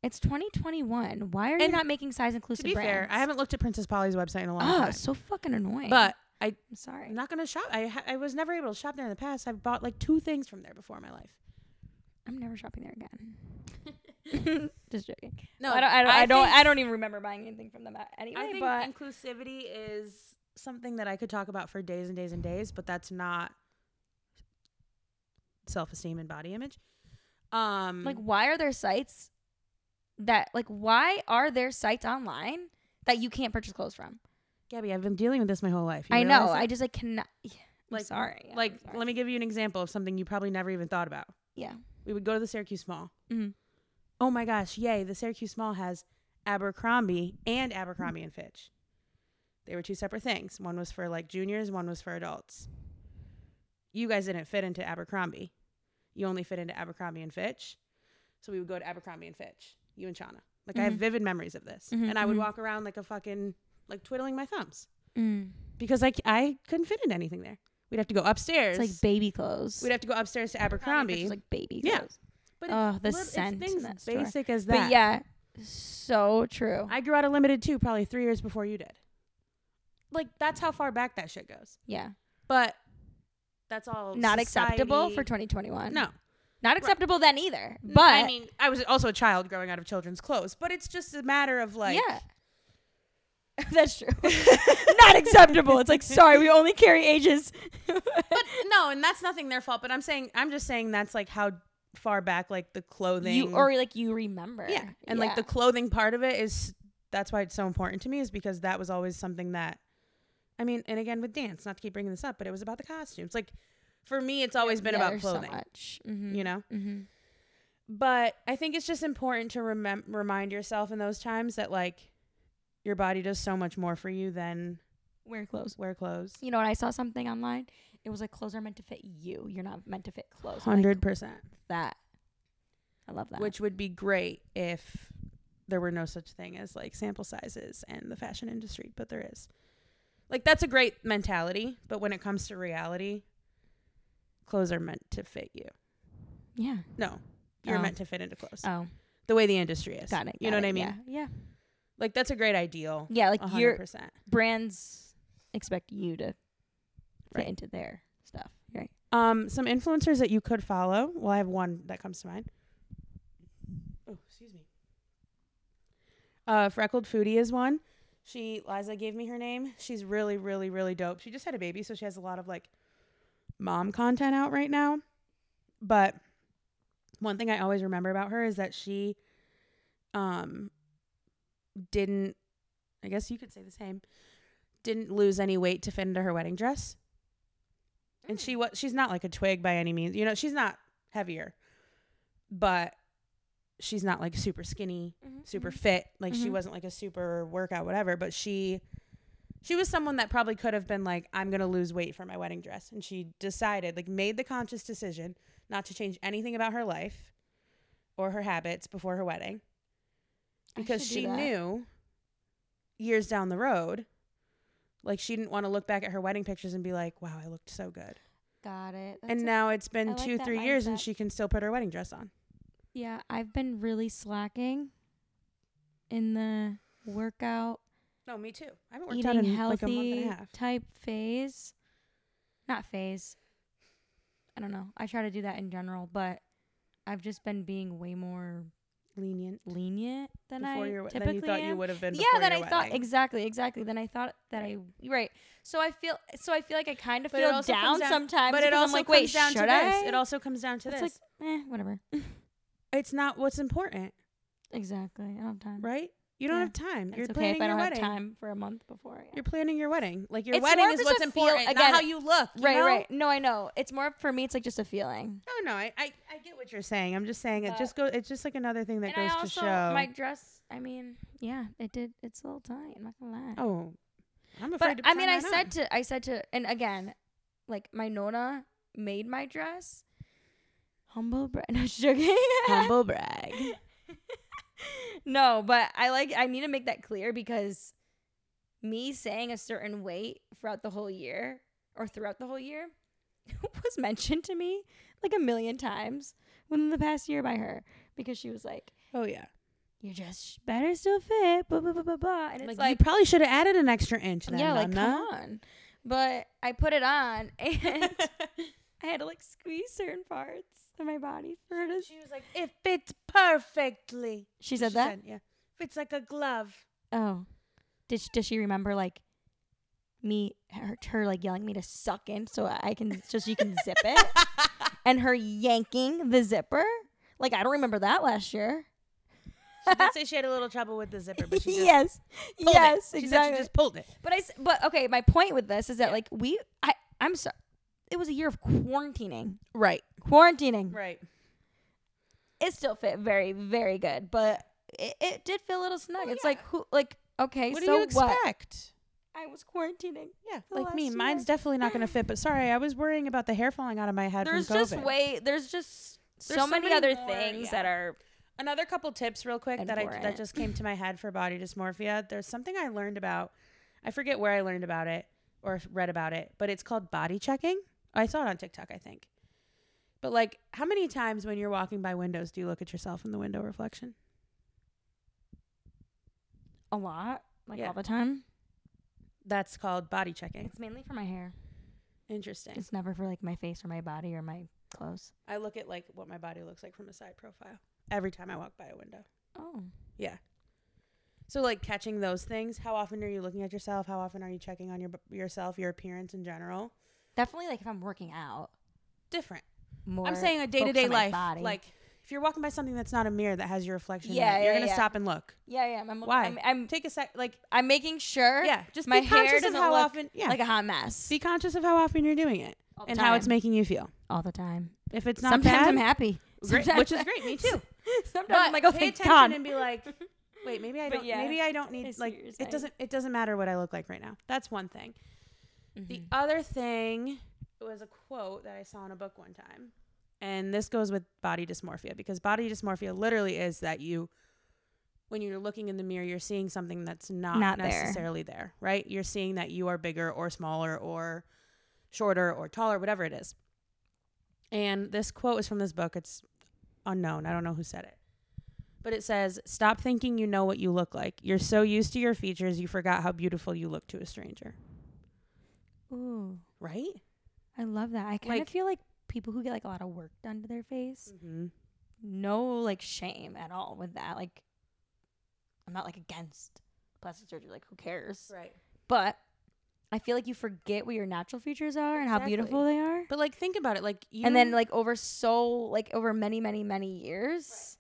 Speaker 2: It's 2021. Why are you
Speaker 1: And
Speaker 2: not making size inclusive
Speaker 1: To be
Speaker 2: brands?
Speaker 1: fair, I haven't looked at Princess Polly's website in a long
Speaker 2: Oh,
Speaker 1: time.
Speaker 2: it's so fucking annoying.
Speaker 1: But I
Speaker 2: I'm sorry.
Speaker 1: I'm not gonna shop. I ha- I was never able to shop there in the past. I've bought like two things from there before in my life.
Speaker 2: I'm never shopping there again. Just joking.
Speaker 1: No,
Speaker 2: I don't. I don't. I, don't
Speaker 1: think-
Speaker 2: I don't even remember buying anything from them a- anyway.
Speaker 1: I think
Speaker 2: but
Speaker 1: inclusivity is something that I could talk about for days and days and days, but that's not self-esteem and body image. Um,
Speaker 2: like, why are there sites that like why are there sites online that you can't purchase clothes from?
Speaker 1: Gabby, I've been dealing with this my whole life. You
Speaker 2: I know.
Speaker 1: realize
Speaker 2: I
Speaker 1: that?
Speaker 2: just like cannot. Yeah, I'm
Speaker 1: Like-
Speaker 2: sorry. Yeah, I'm
Speaker 1: like.
Speaker 2: sorry.
Speaker 1: Let me give you an example of something you probably never even thought about.
Speaker 2: Yeah.
Speaker 1: We would go to the Syracuse Mall.
Speaker 2: Mhm.
Speaker 1: Oh my gosh! Yay! The Syracuse Mall has Abercrombie and Abercrombie and Fitch. They were two separate things. One was for like juniors. One was for adults. You guys didn't fit into Abercrombie. You only fit into Abercrombie and Fitch. So we would go to Abercrombie and Fitch. You and Shauna. Like I have
Speaker 2: Mhm.
Speaker 1: vivid memories of this,
Speaker 2: Mhm,
Speaker 1: and I would
Speaker 2: mhm.
Speaker 1: walk around like a fucking like twiddling my thumbs
Speaker 2: Mm.
Speaker 1: because I c- I couldn't fit into anything there. We'd have to go upstairs.
Speaker 2: It's like baby clothes.
Speaker 1: We'd have to go upstairs to Abercrombie.
Speaker 2: It's like baby
Speaker 1: Yeah.
Speaker 2: clothes.
Speaker 1: But
Speaker 2: Ugh, the
Speaker 1: lit-
Speaker 2: scent in
Speaker 1: things
Speaker 2: that store.
Speaker 1: basic as that.
Speaker 2: But yeah, so true.
Speaker 1: I grew out of limited too, probably three years before you did. Like that's how far back that shit goes.
Speaker 2: yeah.
Speaker 1: But that's all
Speaker 2: Not acceptable for
Speaker 1: society-
Speaker 2: 2021.
Speaker 1: no.
Speaker 2: Not acceptable then either.
Speaker 1: N-
Speaker 2: But
Speaker 1: I mean, I was also a child growing out of children's clothes, but it's just a matter of like,
Speaker 2: yeah. That's true. Not acceptable. It's like, sorry, we only carry ages.
Speaker 1: no, and that's nothing their fault. But I'm saying, I'm just saying that's like how far back like the clothing
Speaker 2: you or like you remember.
Speaker 1: yeah, and like the
Speaker 2: Yeah.
Speaker 1: clothing part of it is that's why it's so important to me is because that was always something that I mean, and again with dance, not to keep bringing this up, but it was about the costumes. Like for me, it's always been
Speaker 2: Yeah,
Speaker 1: about
Speaker 2: there's so
Speaker 1: clothing,
Speaker 2: much. Mhm.
Speaker 1: you know?
Speaker 2: Mhm.
Speaker 1: But I think it's just important to remem- remind yourself in those times that like your body does so much more for you than
Speaker 2: Wear clothes.
Speaker 1: wear clothes.
Speaker 2: You know what? I saw something online. It was like clothes are meant to fit you. You're not meant to fit clothes. I'm like,
Speaker 1: 100%.
Speaker 2: that. I love that.
Speaker 1: Which would be great if there were no such thing as like sample sizes and the fashion industry, but there is. Like that's a great mentality, but when it comes to reality, clothes are meant to fit you.
Speaker 2: yeah.
Speaker 1: No, you're
Speaker 2: Oh.
Speaker 1: meant to fit into clothes.
Speaker 2: Oh,
Speaker 1: The way the industry is.
Speaker 2: got it.
Speaker 1: You know
Speaker 2: got
Speaker 1: what
Speaker 2: it,
Speaker 1: I mean?
Speaker 2: Yeah. Yeah.
Speaker 1: Like that's a great ideal.
Speaker 2: Yeah, like your
Speaker 1: 100%.
Speaker 2: brands expect you to fit
Speaker 1: Right.
Speaker 2: into their stuff, right?
Speaker 1: Um some influencers that you could follow. Well, I have one that comes to mind. Oh, excuse me. Uh Freckled Foodie is one. She Liza gave me her name. She's really really really dope. She just had a baby, so she has a lot of like mom content out right now. But one thing I always remember about her is that she um didn't I guess you could say the same. Didn't lose any weight to fit into her wedding dress.
Speaker 2: Mm.
Speaker 1: And she was she's not like a twig by any means. You know, she's not heavier. But she's not like super skinny,
Speaker 2: Mm-hmm,
Speaker 1: super fit. Like she
Speaker 2: Mhm.
Speaker 1: wasn't like a super workout whatever, but she she was someone that probably could have been like I'm going to lose weight for my wedding dress and she decided like made the conscious decision not to change anything about her life or her habits before her wedding
Speaker 2: I
Speaker 1: because
Speaker 2: should do
Speaker 1: she
Speaker 2: that.
Speaker 1: knew years down the road like she didn't want to look back at her wedding pictures and be like wow i looked so good
Speaker 2: Got it.
Speaker 1: and now it's
Speaker 2: I
Speaker 1: been
Speaker 2: like
Speaker 1: two
Speaker 2: that
Speaker 1: three years and
Speaker 2: mindset.
Speaker 1: she can still put her wedding dress on
Speaker 2: yeah, I've been really slacking in the workout,
Speaker 1: no me too i haven't worked out
Speaker 2: eating
Speaker 1: in like a month
Speaker 2: healthy
Speaker 1: and a half
Speaker 2: type phase. Not phase. I don't know. I try to do that in general, but I've just been being way more
Speaker 1: lenient
Speaker 2: lenient than
Speaker 1: before
Speaker 2: I
Speaker 1: your we-
Speaker 2: typically
Speaker 1: than you thought
Speaker 2: am.
Speaker 1: you would have been
Speaker 2: yeah
Speaker 1: before
Speaker 2: then i
Speaker 1: your
Speaker 2: thought
Speaker 1: wedding.
Speaker 2: exactly exactly then i thought that i right so i feel so i feel like i kind of
Speaker 1: But it
Speaker 2: feel
Speaker 1: also comes
Speaker 2: down,
Speaker 1: down-
Speaker 2: sometimes
Speaker 1: but it
Speaker 2: because
Speaker 1: also
Speaker 2: i'm like
Speaker 1: comes
Speaker 2: wait
Speaker 1: down
Speaker 2: should
Speaker 1: to
Speaker 2: i
Speaker 1: this it also comes down to
Speaker 2: it's
Speaker 1: this
Speaker 2: like eh, whatever
Speaker 1: it's not what's important
Speaker 2: exactly i don't have time
Speaker 1: right you don't
Speaker 2: Mm. Yeah.
Speaker 1: have time
Speaker 2: And
Speaker 1: you're
Speaker 2: it's
Speaker 1: planning
Speaker 2: okay if i
Speaker 1: your
Speaker 2: don't
Speaker 1: wedding
Speaker 2: have time for a month before yeah.
Speaker 1: you're planning your wedding like your
Speaker 2: It's
Speaker 1: wedding
Speaker 2: more
Speaker 1: is
Speaker 2: just
Speaker 1: what's
Speaker 2: a feel-
Speaker 1: important
Speaker 2: again,
Speaker 1: not how you look you
Speaker 2: right
Speaker 1: know?
Speaker 2: right no i know it's more for me it's like just a feeling
Speaker 1: No, no, I, I, I get what you're saying. I'm just saying it
Speaker 2: But-
Speaker 1: just go. It's just like another thing that
Speaker 2: and
Speaker 1: goes
Speaker 2: i
Speaker 1: to
Speaker 2: also
Speaker 1: show.
Speaker 2: my dress i mean yeah it did it's a little tight i'm not gonna lie
Speaker 1: oh, I'm afraid.
Speaker 2: But
Speaker 1: to
Speaker 2: I mean,
Speaker 1: try
Speaker 2: I
Speaker 1: that
Speaker 2: said
Speaker 1: on.
Speaker 2: to, I said to, and again, like my Nona made my dress. Humble brag. No, just joking.
Speaker 1: humble brag.
Speaker 2: no, but I like, I need to make that clear because me saying a certain weight throughout the whole year or throughout the whole year was mentioned to me like a million times within the past year by her because she was like,
Speaker 1: Oh yeah,
Speaker 2: your dress better still fit, blah, blah, blah, blah, blah. And it's
Speaker 1: like,
Speaker 2: like,
Speaker 1: you probably should have added an extra inch. Then,
Speaker 2: yeah, like
Speaker 1: Nonna.
Speaker 2: come on. But I put it on and I had to like squeeze certain parts of my body for her to.
Speaker 1: She was like, it fits perfectly.
Speaker 2: She said that.
Speaker 1: yeah, fits like a glove.
Speaker 2: oh, did she, does she remember like me her, her like yelling me to suck in so I can so she can zip it and her yanking the zipper? Like I don't remember that last year.
Speaker 1: She did say she had a little trouble with the zipper, but she just
Speaker 2: yes,
Speaker 1: pulled it.
Speaker 2: yes,
Speaker 1: She said
Speaker 2: exactly.
Speaker 1: she just pulled it.
Speaker 2: But I, s- but okay, my point with this is that like we, I, I'm sorry, it was a year of quarantining,
Speaker 1: Right,
Speaker 2: quarantining.
Speaker 1: right.
Speaker 2: it still fit very, very good, but it, it did feel a little snug.
Speaker 1: Well,
Speaker 2: it's
Speaker 1: yeah.
Speaker 2: like who, like okay,
Speaker 1: What
Speaker 2: so
Speaker 1: do you
Speaker 2: what?
Speaker 1: expect?
Speaker 2: I was quarantining.
Speaker 1: Yeah,
Speaker 2: The
Speaker 1: like me.
Speaker 2: last
Speaker 1: Mine's
Speaker 2: year.
Speaker 1: definitely not going to fit. But sorry, I was worrying about the hair falling out of my head
Speaker 2: There's
Speaker 1: from COVID.
Speaker 2: just way. There's just
Speaker 1: There's
Speaker 2: so,
Speaker 1: so
Speaker 2: many,
Speaker 1: many
Speaker 2: other
Speaker 1: more,
Speaker 2: things
Speaker 1: yeah.
Speaker 2: that are.
Speaker 1: Another couple tips, real quick, that I that
Speaker 2: Important.
Speaker 1: just came to my head for body dysmorphia. There's something I learned about. I forget where I learned about it or if- read about it, but it's called body checking. I saw it on TikTok, I think. But like, how many times when you're walking by windows do you look at yourself in the window reflection?
Speaker 2: A lot, like
Speaker 1: Yeah.
Speaker 2: all the time.
Speaker 1: That's called body checking.
Speaker 2: It's mainly for my hair.
Speaker 1: Interesting.
Speaker 2: It's never for like my face or my body or my clothes.
Speaker 1: I look at like what my body looks like from a side profile every time I walk by a window.
Speaker 2: Oh,
Speaker 1: So like catching those things, how often are you looking at yourself? How often are you checking on your yourself, your appearance in general?
Speaker 2: definitely. Like if I'm working out,
Speaker 1: Different.
Speaker 2: more.
Speaker 1: I'm saying a
Speaker 2: focus
Speaker 1: day to day
Speaker 2: on my
Speaker 1: life.
Speaker 2: body.
Speaker 1: Like if If you're walking by something that's not a mirror that has your reflection,
Speaker 2: Yeah,
Speaker 1: yeah, you're
Speaker 2: yeah,
Speaker 1: gonna
Speaker 2: yeah.
Speaker 1: stop and look.
Speaker 2: Yeah, yeah. I'm,
Speaker 1: Why?
Speaker 2: I'm, I'm,
Speaker 1: Take a sec, like
Speaker 2: I'm making sure.
Speaker 1: yeah, just
Speaker 2: my
Speaker 1: be
Speaker 2: hair
Speaker 1: conscious
Speaker 2: doesn't
Speaker 1: of how
Speaker 2: look
Speaker 1: often, yeah,
Speaker 2: Like a hot mess.
Speaker 1: be conscious of how often you're doing it
Speaker 2: All the
Speaker 1: and how it's
Speaker 2: time.
Speaker 1: making you feel.
Speaker 2: all the time.
Speaker 1: If it's not
Speaker 2: Sometimes
Speaker 1: bad,
Speaker 2: I'm happy.
Speaker 1: great,
Speaker 2: Sometimes
Speaker 1: which is great. Me too.
Speaker 2: Sometimes
Speaker 1: But
Speaker 2: I'm like, oh,
Speaker 1: pay
Speaker 2: thank
Speaker 1: attention
Speaker 2: God.
Speaker 1: and be like, wait, maybe I
Speaker 2: But
Speaker 1: don't.
Speaker 2: yeah,
Speaker 1: maybe I don't
Speaker 2: I
Speaker 1: need
Speaker 2: see
Speaker 1: like
Speaker 2: what you're saying.
Speaker 1: it doesn't. It doesn't matter what I look like right now. That's one thing.
Speaker 2: Mm.
Speaker 1: The other thing was a quote that I saw in a book one time. And this goes with body dysmorphia because body dysmorphia literally is that you, when you're looking in the mirror, you're seeing something that's not,
Speaker 2: Not there.
Speaker 1: necessarily there. right? You're seeing that you are bigger or smaller or shorter or taller, whatever it is. And this quote is from this book. It's unknown. I don't know who said it. But it says, Stop thinking you know what you look like. You're so used to your features, you forgot how beautiful you look to a stranger.
Speaker 2: Ooh,
Speaker 1: Right?
Speaker 2: I love that. I kind of
Speaker 1: Like-
Speaker 2: feel like people who get like a lot of work done to their face,
Speaker 1: Mm-hmm.
Speaker 2: no like shame at all with that. Like, I'm not like against plastic surgery. Like, who cares?
Speaker 1: Right.
Speaker 2: But I feel like you forget what your natural features are and how
Speaker 1: Exactly.
Speaker 2: beautiful they are.
Speaker 1: But like, think about it. Like, you,
Speaker 2: and then like over so like over many many many years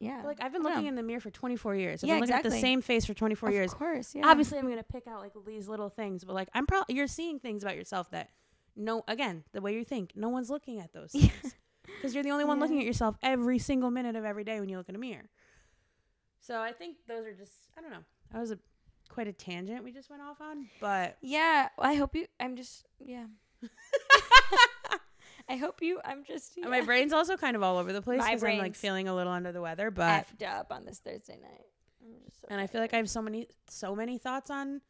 Speaker 2: yeah
Speaker 1: but, like I've been
Speaker 2: I don't
Speaker 1: looking
Speaker 2: know.
Speaker 1: in the mirror for 24 years. I've
Speaker 2: Yeah,
Speaker 1: been looking at
Speaker 2: exactly.
Speaker 1: the same face for 24 years.
Speaker 2: of course yeah
Speaker 1: Obviously, I'm gonna pick out like these little things, but like, I'm probably you're seeing things about yourself that no, again, the way you think, no one's looking at those
Speaker 2: Yeah.
Speaker 1: things because you're the only one
Speaker 2: Yeah.
Speaker 1: looking at yourself every single minute of every day when you look in a mirror. So I think those are just I don't know. That was a quite a tangent we just went off on, but
Speaker 2: yeah well, i hope you i'm just yeah i hope you i'm just yeah,
Speaker 1: and my brain's also kind of all over the place
Speaker 2: My
Speaker 1: because I'm like
Speaker 2: brain's
Speaker 1: feeling a little under the weather, but
Speaker 2: effed up on this thursday night I'm just so
Speaker 1: and I feel like I have so many so many thoughts on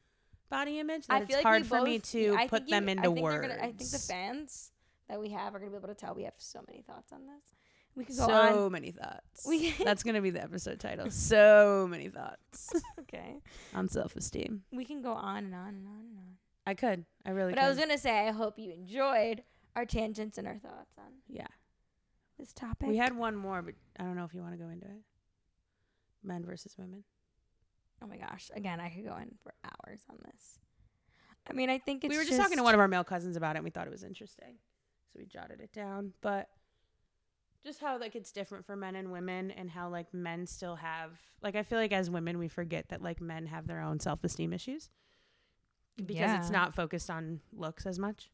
Speaker 1: body image that
Speaker 2: I feel
Speaker 1: it's
Speaker 2: like we
Speaker 1: hard for me
Speaker 2: both-
Speaker 1: to
Speaker 2: I think
Speaker 1: put
Speaker 2: you-
Speaker 1: them
Speaker 2: I
Speaker 1: into
Speaker 2: think they're
Speaker 1: words.
Speaker 2: gonna- i think the fans that we have are gonna be able to tell we have so many thoughts on this we could go
Speaker 1: so
Speaker 2: on
Speaker 1: many thoughts.
Speaker 2: We-
Speaker 1: That's gonna be the episode title. So many thoughts
Speaker 2: okay
Speaker 1: on self esteem.
Speaker 2: we can go on and on and on and on
Speaker 1: I could. I really
Speaker 2: But
Speaker 1: could.
Speaker 2: I was gonna say, I hope you enjoyed our tangents and our thoughts on
Speaker 1: yeah.
Speaker 2: this topic.
Speaker 1: We had one more, but I don't know if you want to go into it. Men versus women.
Speaker 2: oh my gosh, again, I could go in for hours on this. I mean, I think it's
Speaker 1: we were just, talking to one of our male cousins about it and we thought it was interesting. So we jotted it down. But just how like it's different for men and women and how like men still have like I feel like as women we forget that like men have their own self esteem issues. Because it's
Speaker 2: Yeah.
Speaker 1: not focused on looks as much.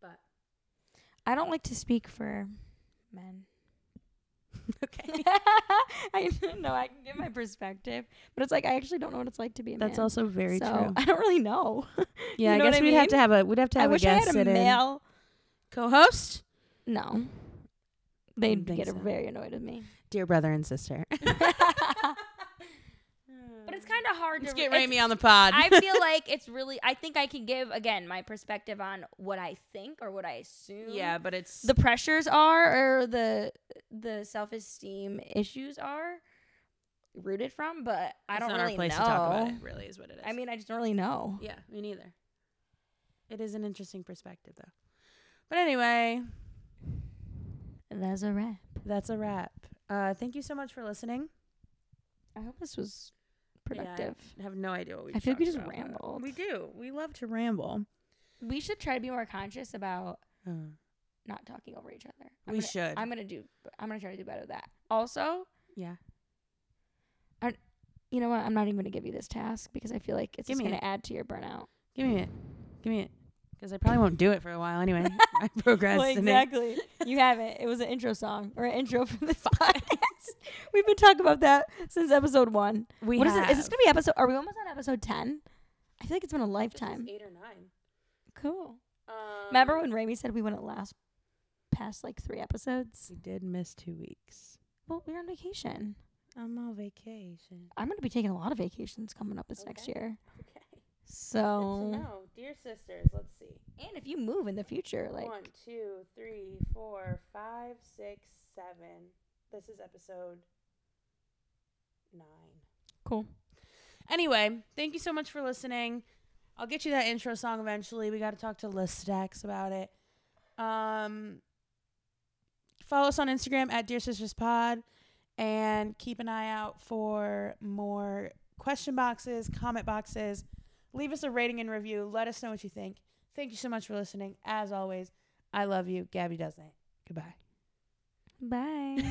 Speaker 1: But
Speaker 2: I don't like to speak for men.
Speaker 1: okay.
Speaker 2: I know I can give my perspective, but it's like I actually don't know what it's like to be a man.
Speaker 1: That's also very
Speaker 2: so
Speaker 1: true.
Speaker 2: I don't really know.
Speaker 1: Yeah,
Speaker 2: know
Speaker 1: I
Speaker 2: what
Speaker 1: guess
Speaker 2: I
Speaker 1: we'd have to
Speaker 2: mean?
Speaker 1: have a we'd have to
Speaker 2: I
Speaker 1: have a
Speaker 2: wish I
Speaker 1: guest
Speaker 2: had a
Speaker 1: sit in
Speaker 2: male.
Speaker 1: co host.
Speaker 2: No, they'd
Speaker 1: Wouldn't think
Speaker 2: get
Speaker 1: so.
Speaker 2: very annoyed with me.
Speaker 1: Dear brother and sister.
Speaker 2: But it's kind of hard
Speaker 1: Let's
Speaker 2: to
Speaker 1: get
Speaker 2: it's-
Speaker 1: Raimi on the pod.
Speaker 2: I feel like it's really. I think I can give again my perspective on what I think or what I assume.
Speaker 1: Yeah, but it's
Speaker 2: the pressures are or the the self esteem issues are rooted from, but I
Speaker 1: it's
Speaker 2: don't
Speaker 1: not
Speaker 2: really
Speaker 1: our place
Speaker 2: know.
Speaker 1: to talk about it, really is what it is.
Speaker 2: I mean, I just don't really know.
Speaker 1: Yeah, me neither. It is an interesting perspective, though. But anyway,
Speaker 2: That's a wrap.
Speaker 1: that's a wrap. Uh, thank you so much for listening.
Speaker 2: I hope this was productive.
Speaker 1: I have no idea what we.
Speaker 2: I feel like we
Speaker 1: talked
Speaker 2: just
Speaker 1: about, but
Speaker 2: rambled.
Speaker 1: We do. We love to ramble.
Speaker 2: We should try to be more conscious about not talking over each other. I'm
Speaker 1: we
Speaker 2: gonna,
Speaker 1: should.
Speaker 2: I'm gonna do. I'm gonna try to do better at that. Also,
Speaker 1: yeah.
Speaker 2: you know what? I'm not even gonna give you this task because I feel like it's
Speaker 1: Give
Speaker 2: just
Speaker 1: me
Speaker 2: gonna add to your burnout.
Speaker 1: Give me it. Give me it. Because I probably won't do it for a while anyway. I procrastinate.
Speaker 2: you haven't. It was an intro song or an intro for this podcast. We've been talking about that since episode one.
Speaker 1: We
Speaker 2: What is
Speaker 1: have.
Speaker 2: it? Is this gonna be episode? Are we almost on episode ten? I feel like it's been a lifetime.
Speaker 1: Eight or nine.
Speaker 2: Cool.
Speaker 1: Um,
Speaker 2: Remember when Raimi said we wouldn't last past like three episodes?
Speaker 1: we did miss two weeks.
Speaker 2: Well, we were on vacation.
Speaker 1: I'm on vacation.
Speaker 2: I'm gonna be taking a lot of vacations coming up this next
Speaker 1: Okay.
Speaker 2: year.
Speaker 1: Okay.
Speaker 2: So,
Speaker 1: dear sisters, let's see.
Speaker 2: and if you move in the future, like
Speaker 1: One, two, three, four, five, six, seven. This is episode nine.
Speaker 2: cool.
Speaker 1: Anyway, thank you so much for listening. I'll get you that intro song eventually. We got to talk to Listax about it. Um, follow us on Instagram at Dear Sisters Pod, and keep an eye out for more question boxes, comment boxes. Leave us a rating and review. Let us know what you think. Thank you so much for listening. As always, I love you. Gabby doesn't. Goodbye.
Speaker 2: Bye.